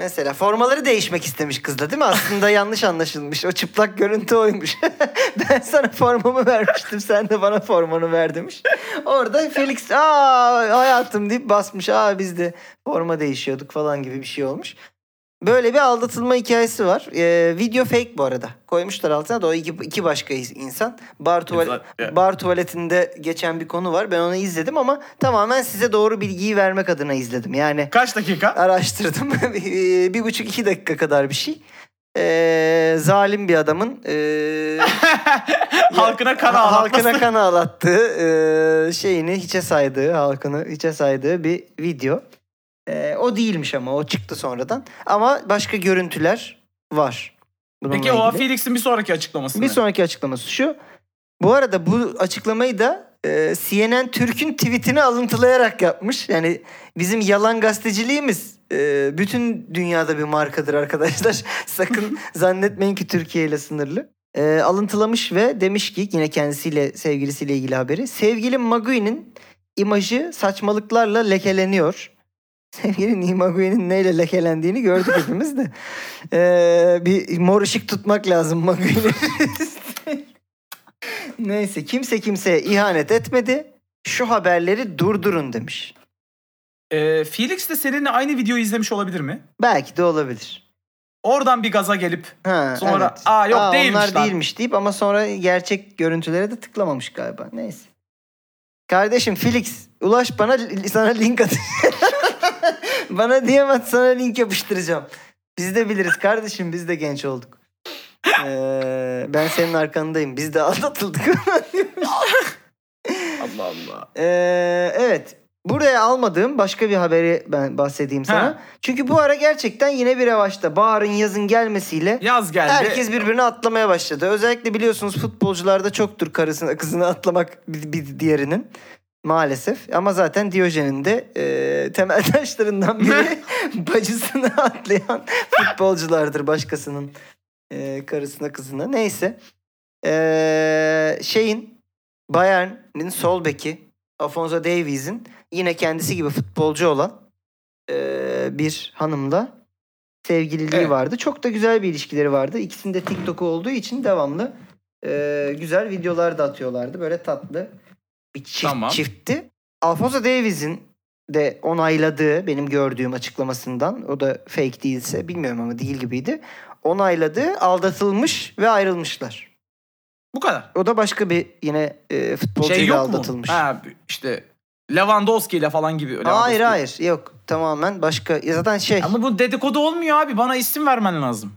Speaker 2: Mesela formaları değişmek istemiş kızla değil mi? Aslında *laughs* yanlış anlaşılmış. O çıplak görüntü oymuş. *laughs* ben sana formamı vermiştim. Sen de bana formanı ver demiş. Orada Felix aa hayatım deyip basmış. Aa biz de forma değişiyorduk falan gibi bir şey olmuş. Böyle bir aldatılma hikayesi var. Ee, video fake bu arada. Koymuşlar altına da o iki, iki başka insan. Bar, tuval-
Speaker 1: Evet.
Speaker 2: bar tuvaletinde geçen bir konu var. Ben onu izledim ama tamamen size doğru bilgiyi vermek adına izledim. Yani
Speaker 1: Kaç
Speaker 2: *laughs*
Speaker 1: dakika?
Speaker 2: araştırdım. Bir- bir buçuk iki dakika kadar bir şey. Ee, zalim bir adamın ee,
Speaker 1: Halkına kan
Speaker 2: ha-
Speaker 1: ağlatması.
Speaker 2: halkına kan ağlattığı ee, şeyini hiçe saydığı halkını hiçe saydığı bir video. Ee, o değilmiş ama o çıktı sonradan. Ama başka görüntüler var. Bununla
Speaker 3: Peki o
Speaker 2: ilgili.
Speaker 3: Felix'in bir sonraki açıklaması
Speaker 2: Bir
Speaker 3: ne?
Speaker 2: sonraki açıklaması şu. Bu arada bu açıklamayı da e, CNN Türk'ün tweetini alıntılayarak yapmış. Yani bizim yalan gazeteciliğimiz e, bütün dünyada bir markadır arkadaşlar. *laughs* Sakın zannetmeyin ki Türkiye ile sınırlı. E, alıntılamış ve demiş ki yine kendisiyle sevgilisiyle ilgili haberi. Sevgili Magui'nin imajı saçmalıklarla lekeleniyor. Sevgili Nimagui'nin neyle lekelendiğini gördük hepimiz de. Ee, bir mor ışık tutmak lazım Magui'nin. *laughs* Neyse kimse kimseye ihanet etmedi. Şu haberleri durdurun demiş.
Speaker 3: Ee, Felix de seninle aynı videoyu izlemiş olabilir mi?
Speaker 2: Belki de olabilir.
Speaker 3: Oradan bir gaza gelip
Speaker 2: Ha,
Speaker 3: Sonra,
Speaker 2: evet.
Speaker 3: "Aa, yok, değilmiş
Speaker 2: onlar
Speaker 3: lan."
Speaker 2: değilmiş deyip ama sonra gerçek görüntülere de tıklamamış galiba. Neyse. Kardeşim Felix ulaş bana sana link at. *laughs* bana diyemez sana link yapıştıracağım. Biz de biliriz kardeşim biz de genç olduk. Ee, ben senin arkandayım. Biz de aldatıldık. *laughs*
Speaker 3: Allah Allah.
Speaker 2: Ee, evet. Buraya almadığım başka bir haberi ben bahsedeyim sana.
Speaker 3: Ha.
Speaker 2: Çünkü bu ara gerçekten yine bir revaçta. Bahar'ın yazın gelmesiyle
Speaker 3: Yaz geldi.
Speaker 2: herkes birbirine atlamaya başladı. Özellikle biliyorsunuz futbolcularda çoktur karısını kızını atlamak bir, bir diğerinin. Maalesef ama zaten Diyojen'in de e, temel *laughs* taşlarından biri *laughs* bacısını atlayan futbolculardır başkasının e, karısına kızına. Neyse E, şeyin Bayern'in sol beki Afonso Davies'in yine kendisi gibi futbolcu olan e, bir hanımla sevgililiği
Speaker 3: Evet.
Speaker 2: vardı. Çok da güzel bir ilişkileri vardı. İkisinin de TikTok'u olduğu için devamlı e, güzel videolar da atıyorlardı. Böyle tatlı bir çift,
Speaker 3: Tamam.
Speaker 2: çiftti. Alfonso Davies'in de onayladığı benim gördüğüm açıklamasından o da fake değilse bilmiyorum ama değil gibiydi. Onayladığı aldatılmış ve ayrılmışlar.
Speaker 3: Bu kadar.
Speaker 2: O da başka bir yine e, futbolcuyla
Speaker 3: Şey yok mu?
Speaker 2: aldatılmış.
Speaker 3: Ha, işte Lewandowski ile falan gibi.
Speaker 2: hayır
Speaker 3: Lewandowski.
Speaker 2: hayır yok tamamen başka. Ya zaten şey
Speaker 3: Ama bu dedikodu olmuyor abi. Bana isim vermen lazım.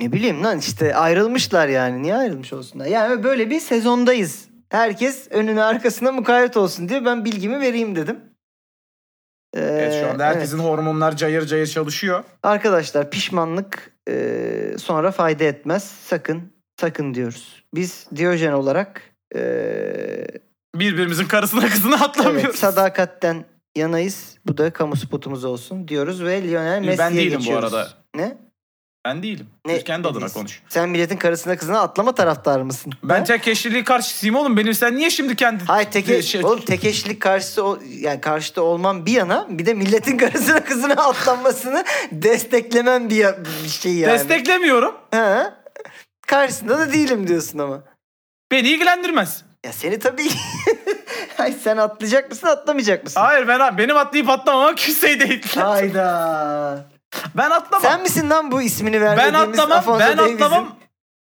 Speaker 2: ne bileyim lan işte ayrılmışlar yani. Niye ayrılmış olsunlar? Yani böyle bir sezondayız. Herkes önüne arkasına mukayyet olsun diye ben bilgimi vereyim dedim. Ee,
Speaker 3: Evet, şu anda
Speaker 2: evet.
Speaker 3: herkesin hormonlar cayır cayır çalışıyor.
Speaker 2: Arkadaşlar pişmanlık e, sonra fayda etmez. Sakın sakın diyoruz. Biz Diyojen olarak
Speaker 3: *laughs*
Speaker 2: e,
Speaker 1: Birbirimizin karısına kızına
Speaker 2: evet,
Speaker 1: atlamıyoruz.
Speaker 2: sadakatten yanayız. Bu da kamu spotumuz olsun diyoruz ve Lionel
Speaker 3: Ben
Speaker 2: Messi'ye
Speaker 3: değilim bu
Speaker 2: geçiyoruz.
Speaker 3: arada.
Speaker 2: Ne?
Speaker 3: Ben değilim.
Speaker 2: Ne-
Speaker 3: Siz kendi
Speaker 2: ne
Speaker 3: adına
Speaker 2: diyorsun?
Speaker 3: konuş.
Speaker 2: Sen milletin karısına kızına atlama taraftarı mısın?
Speaker 3: Ben
Speaker 2: Ha?
Speaker 3: tek eşliliği karşısıyım oğlum. Benim sen niye şimdi kendi...
Speaker 2: Hayır teke,
Speaker 3: Şey-
Speaker 2: oğlum tekeşlik karşısı ol- yani karşıta olmam bir yana bir de milletin *laughs* karısına kızına atlanmasını desteklemem bir, ya- bir şey yani.
Speaker 3: Desteklemiyorum.
Speaker 2: Ha? Karşısında da değilim diyorsun ama.
Speaker 3: Beni ilgilendirmez.
Speaker 2: Ya seni tabii *laughs* Ay sen atlayacak mısın atlamayacak mısın?
Speaker 3: Hayır ben abi. Benim atlayıp atlamama kimseyi değil.
Speaker 2: Hayda.
Speaker 3: Ben atlamam.
Speaker 2: Sen misin lan bu ismini
Speaker 3: ben
Speaker 2: vermediğimiz
Speaker 3: atlamam.
Speaker 2: Afonso
Speaker 3: ben
Speaker 2: Davies'in?
Speaker 3: atlamam.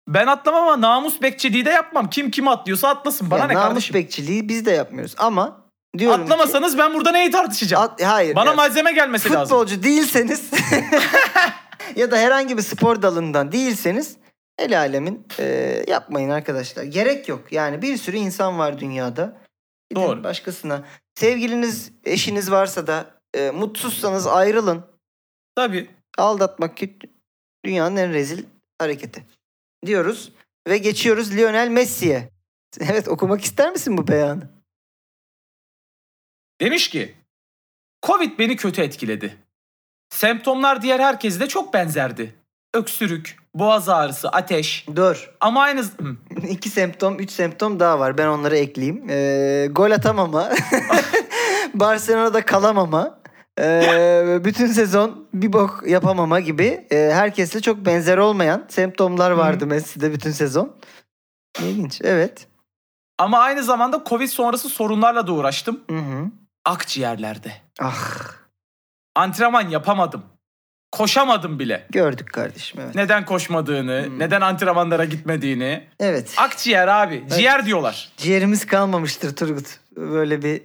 Speaker 3: Ben atlamam ama namus bekçiliği de yapmam. Kim kimi atlıyorsa atlasın. Bana
Speaker 2: Ya
Speaker 3: ne
Speaker 2: namus
Speaker 3: kardeşim?
Speaker 2: bekçiliği biz de yapmıyoruz ama diyorum ki,
Speaker 3: Atlamasanız ben burada neyi tartışacağım?
Speaker 2: at, hayır.
Speaker 3: Bana
Speaker 2: ya-
Speaker 3: malzeme gelmesi lazım. *laughs*
Speaker 2: futbolcu değilseniz ya da herhangi bir spor dalından değilseniz el alemin e, yapmayın arkadaşlar. Gerek yok. Yani bir sürü insan var dünyada. Gidin
Speaker 3: Doğru.
Speaker 2: Başkasına. Sevgiliniz, eşiniz varsa da e, mutsuzsanız ayrılın.
Speaker 3: Tabii.
Speaker 2: Aldatmak ki dünyanın en rezil hareketi. Diyoruz ve geçiyoruz Lionel Messi'ye. *laughs* Evet okumak ister misin bu beyanı?
Speaker 3: Demiş ki Covid beni kötü etkiledi. Semptomlar diğer herkese de çok benzerdi. Öksürük, boğaz ağrısı, ateş
Speaker 2: Dur.
Speaker 3: ama aynı... Hı.
Speaker 2: *laughs* İki semptom, üç semptom daha var. Ben *laughs* onları ekleyeyim. Ee, gol atamama. Barcelona'da kalamama. Ee, bütün sezon bir bok yapamama gibi e, herkesle çok benzer olmayan semptomlar vardı Messi'de bütün sezon. İlginç. Evet.
Speaker 3: Ama aynı zamanda Covid sonrası sorunlarla da uğraştım.
Speaker 2: Hı hı.
Speaker 3: Akciğerlerde.
Speaker 2: Ah
Speaker 3: Antrenman yapamadım. Koşamadım bile.
Speaker 2: gördük kardeşim. Evet.
Speaker 3: Neden koşmadığını,
Speaker 2: Hmm.
Speaker 3: neden antrenmanlara gitmediğini.
Speaker 2: Evet.
Speaker 3: Akciğer abi. Ciğer diyorlar.
Speaker 2: Ciğerimiz kalmamıştır Turgut. Böyle bir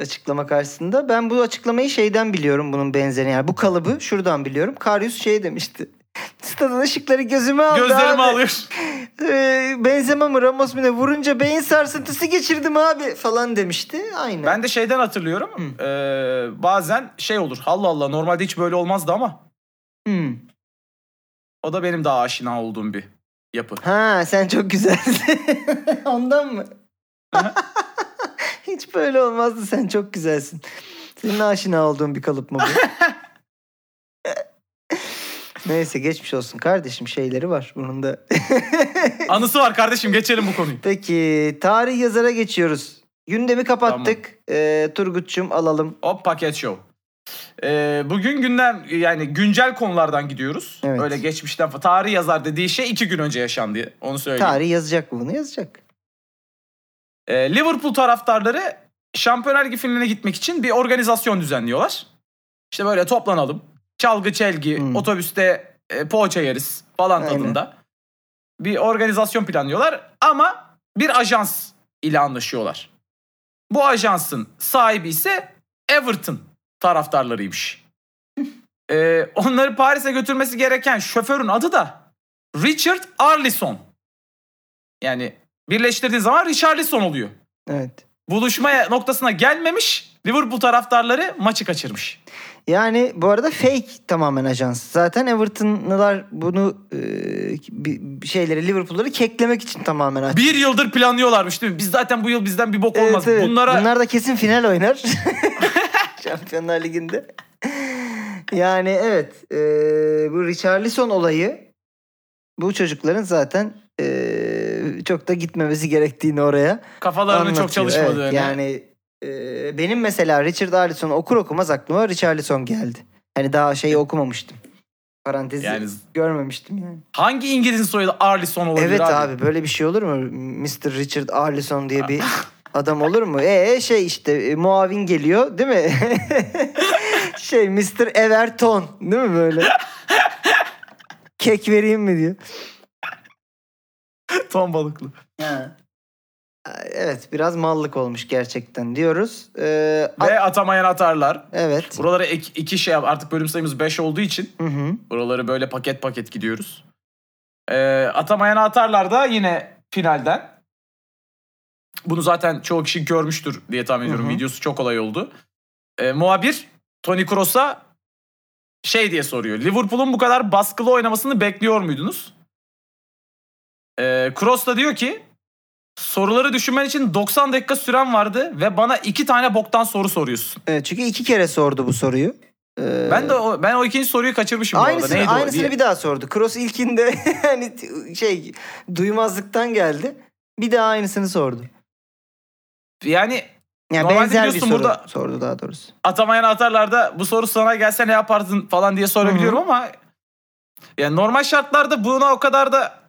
Speaker 2: açıklama karşısında. Ben bu açıklamayı şeyden biliyorum bunun benzerini. Yani bu kalıbı şuradan biliyorum. Karius şey demişti. *laughs* Stadın ışıkları gözüme aldı
Speaker 3: Gözlerimi
Speaker 2: abi.
Speaker 3: alıyor.
Speaker 2: Ee, Benzema mı Ramos mu ne vurunca beyin sarsıntısı geçirdim abi falan demişti. Aynen.
Speaker 3: *laughs* Ben de şeyden hatırlıyorum.
Speaker 2: Hı.
Speaker 3: Ee, bazen şey olur. Allah Allah normalde hiç böyle olmazdı ama.
Speaker 2: Hmm.
Speaker 3: O da benim daha aşina olduğum bir yapı.
Speaker 2: Ha sen çok güzelsin. *laughs* Ondan mı?
Speaker 3: Aha.
Speaker 2: *laughs* Hiç böyle olmazdı sen çok güzelsin. Senin aşina olduğun bir kalıp mı bu? Neyse geçmiş olsun kardeşim şeyleri var bunun da. *laughs*
Speaker 3: Anısı var kardeşim geçelim bu konuyu.
Speaker 2: Peki tarih yazara geçiyoruz. Gündemi kapattık. Ee, Turgut'cum alalım.
Speaker 3: Hop paket show. Ee, bugün günden yani güncel konulardan gidiyoruz.
Speaker 2: Evet.
Speaker 3: Öyle geçmişten fa- tarih yazar dediği şey iki gün önce yaşandı. Onu söyleyeyim.
Speaker 2: Tarih yazacak mı bunu yazacak.
Speaker 3: Ee, Liverpool taraftarları Şampiyonlar Ligi finaline gitmek için bir organizasyon düzenliyorlar. İşte böyle toplanalım. Çalgı çelgi,
Speaker 2: Hmm.
Speaker 3: otobüste e, poğaça yeriz falan
Speaker 2: Aynen.
Speaker 3: tadında. Bir organizasyon planlıyorlar ama bir ajans ile anlaşıyorlar. Bu ajansın sahibi ise Everton
Speaker 2: *laughs*
Speaker 3: taraftarlarıymış. Ee, onları Paris'e götürmesi gereken şoförün adı da Richard Arlison. Yani birleştirdiğin zaman Richarlison oluyor.
Speaker 2: Evet.
Speaker 3: Buluşma noktasına gelmemiş Liverpool taraftarları maçı kaçırmış.
Speaker 2: Yani bu arada fake tamamen ajans. Zaten Everton'lılar bunu e, bi- şeyleri Liverpool'ları keklemek için tamamen açtı.
Speaker 3: Bir yıldır planlıyorlarmış değil mi? Biz zaten bu yıl bizden bir bok
Speaker 2: Evet,
Speaker 3: olmaz.
Speaker 2: evet.
Speaker 3: Bunlara
Speaker 2: Bunlar da kesin final oynar. *laughs* Şampiyonlar Ligi'nde. Yani evet e, bu Richarlison olayı bu çocukların zaten e, çok da gitmemesi gerektiğini oraya
Speaker 3: kafalarının
Speaker 2: anlatıyor.
Speaker 3: çok çalışmadığını.
Speaker 2: Evet, yani e, benim mesela Richard Arlison'u okur okumaz aklıma Richarlison geldi. Hani daha şeyi okumamıştım. Parantezi
Speaker 3: E, Yani-
Speaker 2: görmemiştim yani.
Speaker 3: Hangi İngiliz'in soyadı Arlison olabilir
Speaker 2: Evet
Speaker 3: abi?
Speaker 2: abi. böyle bir şey olur mu? Mr. Richard Arlison
Speaker 3: *laughs*
Speaker 2: diye bir adam olur mu? Ee şey işte e, muavin geliyor değil mi? *laughs* şey Mr. Everton değil
Speaker 3: *laughs*
Speaker 2: mi böyle? Kek vereyim mi diyor.
Speaker 3: *laughs* Ton balıklı.
Speaker 2: Evet biraz mallık olmuş gerçekten diyoruz. Ee, a-
Speaker 3: Ve atamayan atarlar.
Speaker 2: evet.
Speaker 3: Buralara ek- iki şey artık bölüm sayımız 5 olduğu için
Speaker 2: Hı hı.
Speaker 3: buraları böyle paket paket gidiyoruz. Ee, atamayan atarlar da yine finalden. Bunu zaten çoğu kişi görmüştür diye tahmin ediyorum.
Speaker 2: Hı hı.
Speaker 3: Videosu çok olay oldu. Ee, muhabir Tony Kroos'a şey diye soruyor. Liverpool'un bu kadar baskılı oynamasını bekliyor muydunuz? Ee, Kroos da diyor ki soruları düşünmen için 90 dakika süren vardı ve bana iki tane boktan soru soruyorsun.
Speaker 2: Evet, Ee, çünkü iki kere sordu bu soruyu. Ee,
Speaker 3: Ben de o, ben o ikinci soruyu kaçırmışım bu
Speaker 2: Aynısını,
Speaker 3: arada. Neydi o
Speaker 2: aynısını
Speaker 3: diye.
Speaker 2: bir daha sordu. Cross ilkinde *laughs* yani şey duymazlıktan geldi. Bir daha aynısını sordu.
Speaker 3: Yani
Speaker 2: Yani
Speaker 3: Normalde
Speaker 2: benzer bir
Speaker 3: biliyorsun
Speaker 2: soru
Speaker 3: burada-
Speaker 2: sordu daha doğrusu.
Speaker 3: atamayan atarlarda bu soru sana gelse ne yapardın falan diye sorabiliyorum ama yani normal şartlarda buna o kadar da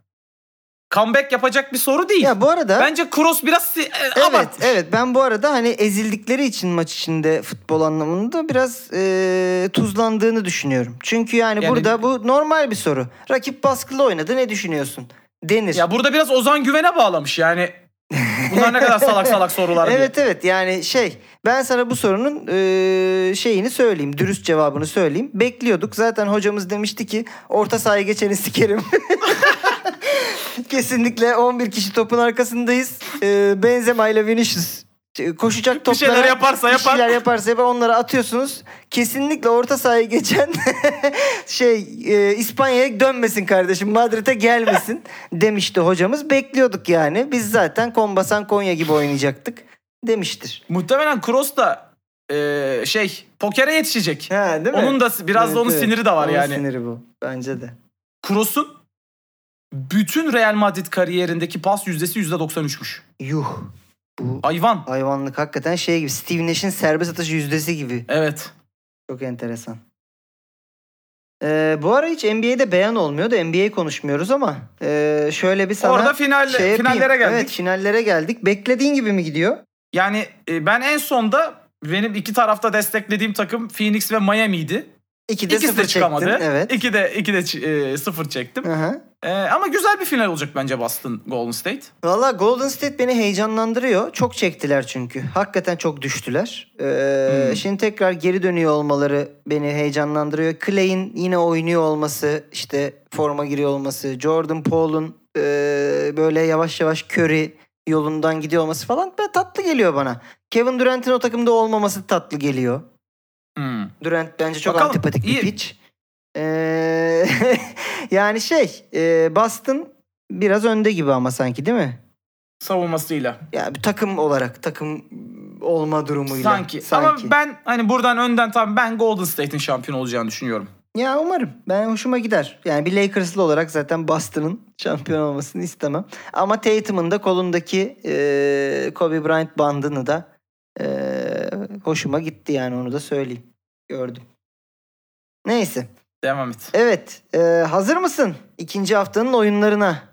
Speaker 3: comeback yapacak bir soru değil.
Speaker 2: Ya bu arada
Speaker 3: Bence Kroos biraz si- e,
Speaker 2: evet
Speaker 3: abartmış.
Speaker 2: evet ben bu arada hani ezildikleri için maç içinde futbol anlamında biraz e, tuzlandığını düşünüyorum. Çünkü yani,
Speaker 3: Yani-
Speaker 2: burada bu normal bir soru. Rakip baskılı oynadı ne düşünüyorsun? Denir.
Speaker 3: Ya burada biraz Ozan Güven'e bağlamış yani. Bunlar ne kadar salak salak sorular diye.
Speaker 2: *laughs* Evet evet yani şey ben sana bu sorunun e, şeyini söyleyeyim dürüst cevabını söyleyeyim. Bekliyorduk zaten hocamız demişti ki orta sahaya geçeni sikerim. *laughs* Kesinlikle 11 kişi topun arkasındayız. E, Benzema ile Vinicius e, koşacak toplara
Speaker 3: şeyler yaparsa
Speaker 2: bir
Speaker 3: yapar.
Speaker 2: şeyler yaparsa yapar onları atıyorsunuz. Kesinlikle orta sahaya geçen *laughs* şey e, İspanya'ya dönmesin kardeşim
Speaker 3: *laughs*
Speaker 2: Madrid'e gelmesin demişti hocamız. Bekliyorduk yani. Biz zaten Kombasan Konya gibi oynayacaktık demiştir.
Speaker 3: Muhtemelen Kroos da e, şey pokere yetişecek.
Speaker 2: Ha, değil
Speaker 3: Onun da biraz
Speaker 2: Evet,
Speaker 3: da onun
Speaker 2: evet.
Speaker 3: siniri de var
Speaker 2: Onun
Speaker 3: yani.
Speaker 2: siniri bu bence de.
Speaker 3: Kroos'un bütün Real Madrid kariyerindeki pas yüzdesi %93'müş.
Speaker 2: Yuh. Bu
Speaker 3: Hayvan.
Speaker 2: hayvanlık hakikaten şey gibi Steve Nash'in serbest atış yüzdesi gibi.
Speaker 3: Evet.
Speaker 2: Çok enteresan. Ee, bu ara hiç NBA'de beyan olmuyor da NBA konuşmuyoruz ama ee, şöyle bir sana
Speaker 3: Orada final,
Speaker 2: şey yapayım.
Speaker 3: finallere geldik.
Speaker 2: Evet finallere geldik. Beklediğin gibi mi gidiyor?
Speaker 3: Yani e, ben en sonda benim iki tarafta desteklediğim takım Phoenix ve Miami'ydi.
Speaker 2: 2'de
Speaker 3: İkisi de
Speaker 2: sıfır
Speaker 3: çıkamadı.
Speaker 2: çektin. Evet.
Speaker 3: İki de, iki de çi- e, sıfır çektim.
Speaker 2: Hı hı.
Speaker 3: E, ama güzel bir final olacak bence Boston Golden State.
Speaker 2: Valla Golden State beni heyecanlandırıyor. Çok çektiler çünkü. Hakikaten çok düştüler. Ee,
Speaker 3: Hmm.
Speaker 2: Şimdi tekrar geri dönüyor olmaları beni heyecanlandırıyor. Clay'in yine oynuyor olması, işte forma giriyor olması, Jordan Paul'un e, böyle yavaş yavaş Curry yolundan gidiyor olması falan be, tatlı geliyor bana. Kevin Durant'in o takımda olmaması tatlı geliyor.
Speaker 3: Hmm.
Speaker 2: Durant bence çok
Speaker 3: Bakalım,
Speaker 2: antipatik
Speaker 3: iyi.
Speaker 2: bir piç. Ee, *laughs* yani şey, e, Boston biraz önde gibi ama sanki değil mi?
Speaker 3: Savunmasıyla.
Speaker 2: Ya bir takım olarak takım olma durumuyla
Speaker 3: Sanki. Ama ben hani buradan önden tam ben Golden State'in şampiyon olacağını düşünüyorum.
Speaker 2: Ya umarım. Ben hoşuma gider. Yani bir Lakers'lı olarak zaten Boston'ın şampiyon olmasını istemem. Ama Tatum'un da kolundaki e, Kobe Bryant bandını da e, hoşuma gitti yani onu da söyleyeyim. Gördüm. Neyse.
Speaker 3: Devam et.
Speaker 2: Evet. e, hazır mısın ikinci haftanın oyunlarına?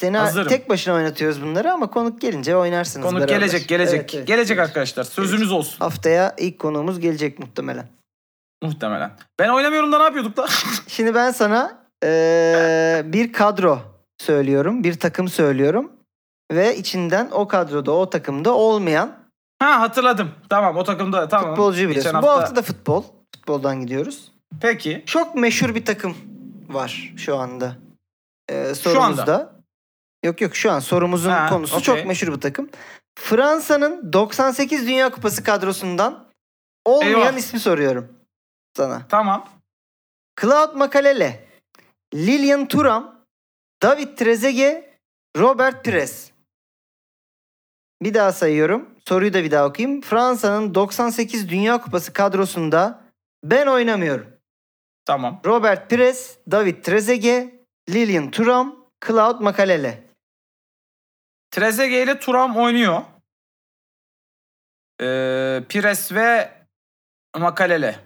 Speaker 2: Seni
Speaker 3: Hazırım.
Speaker 2: tek başına oynatıyoruz bunları ama konuk gelince oynarsınız
Speaker 3: Konuk
Speaker 2: beraber.
Speaker 3: gelecek gelecek.
Speaker 2: Evet, evet,
Speaker 3: gelecek
Speaker 2: evet.
Speaker 3: arkadaşlar. Sözümüz olsun
Speaker 2: Haftaya ilk konuğumuz gelecek muhtemelen.
Speaker 3: muhtemelen. Ben oynamıyorum da ne yapıyorduk da?
Speaker 2: Şimdi ben sana eee, bir kadro söylüyorum, bir takım söylüyorum ve içinden o kadroda, o takımda olmayan
Speaker 3: *laughs* ha hatırladım. Tamam o takımda tamam.
Speaker 2: futbolcuyu
Speaker 3: Geçen
Speaker 2: biliyorsun. Bu hafta da futbol, futboldan gidiyoruz.
Speaker 3: Peki.
Speaker 2: Çok meşhur bir takım var şu anda. Eee
Speaker 3: Şu anda?
Speaker 2: sorumuzda. Yok yok şu an sorumuzun
Speaker 3: Ha,
Speaker 2: konusu
Speaker 3: okey.
Speaker 2: çok meşhur bir takım. Fransa'nın 98 Dünya Kupası kadrosundan olmayan
Speaker 3: Eyvah.
Speaker 2: ismi soruyorum sana.
Speaker 3: Tamam.
Speaker 2: Claude Makalele, Lilian Thuram, David Trezeguet, Robert Pires. Bir daha sayıyorum. Soruyu da bir daha okuyayım. Fransa'nın 98 Dünya Kupası kadrosunda ben oynamıyorum.
Speaker 3: Tamam.
Speaker 2: Robert Pires, David Trezeguet, Lilian Thuram, Claude Makalele.
Speaker 3: Trezeguet ile Turam oynuyor. Ee, Pires ve Makalele.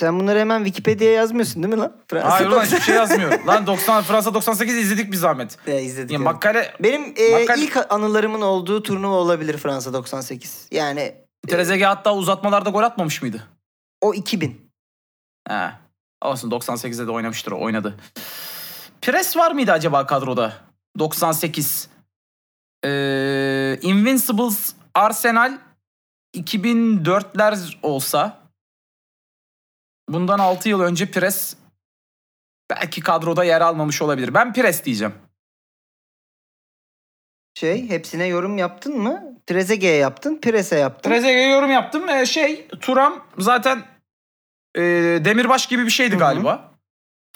Speaker 2: Sen bunları hemen Wikipedia'ya yazmıyorsun değil mi lan? Fransa
Speaker 3: Hayır ulan
Speaker 2: 90
Speaker 3: hiçbir şey *laughs* yazmıyor. lan 90 Fransa 98 izledik bir zahmet.
Speaker 2: *laughs* Ya, izledik.
Speaker 3: Ya,
Speaker 2: evet.
Speaker 3: Makale
Speaker 2: Benim e,
Speaker 3: Makale-
Speaker 2: ilk anılarımın olduğu turnuva olabilir Fransa 98. Yani
Speaker 3: Trezeguet hatta uzatmalarda gol atmamış mıydı?
Speaker 2: o 2000.
Speaker 3: He. Olsun 98'de de oynamıştır o oynadı. Pires var mıydı acaba kadroda? 98. Ee, Invincibles Arsenal 2004'ler olsa bundan 6 yıl önce Pires belki kadroda yer almamış olabilir. Ben Pires diyeceğim.
Speaker 2: Şey hepsine yorum yaptın mı? Trezeguet'e yaptın, Pires'e yaptın.
Speaker 3: Trezeguet'e yorum yaptım. Ee, şey Turam zaten e, Demirbaş gibi bir şeydi
Speaker 2: Hı hı.
Speaker 3: galiba.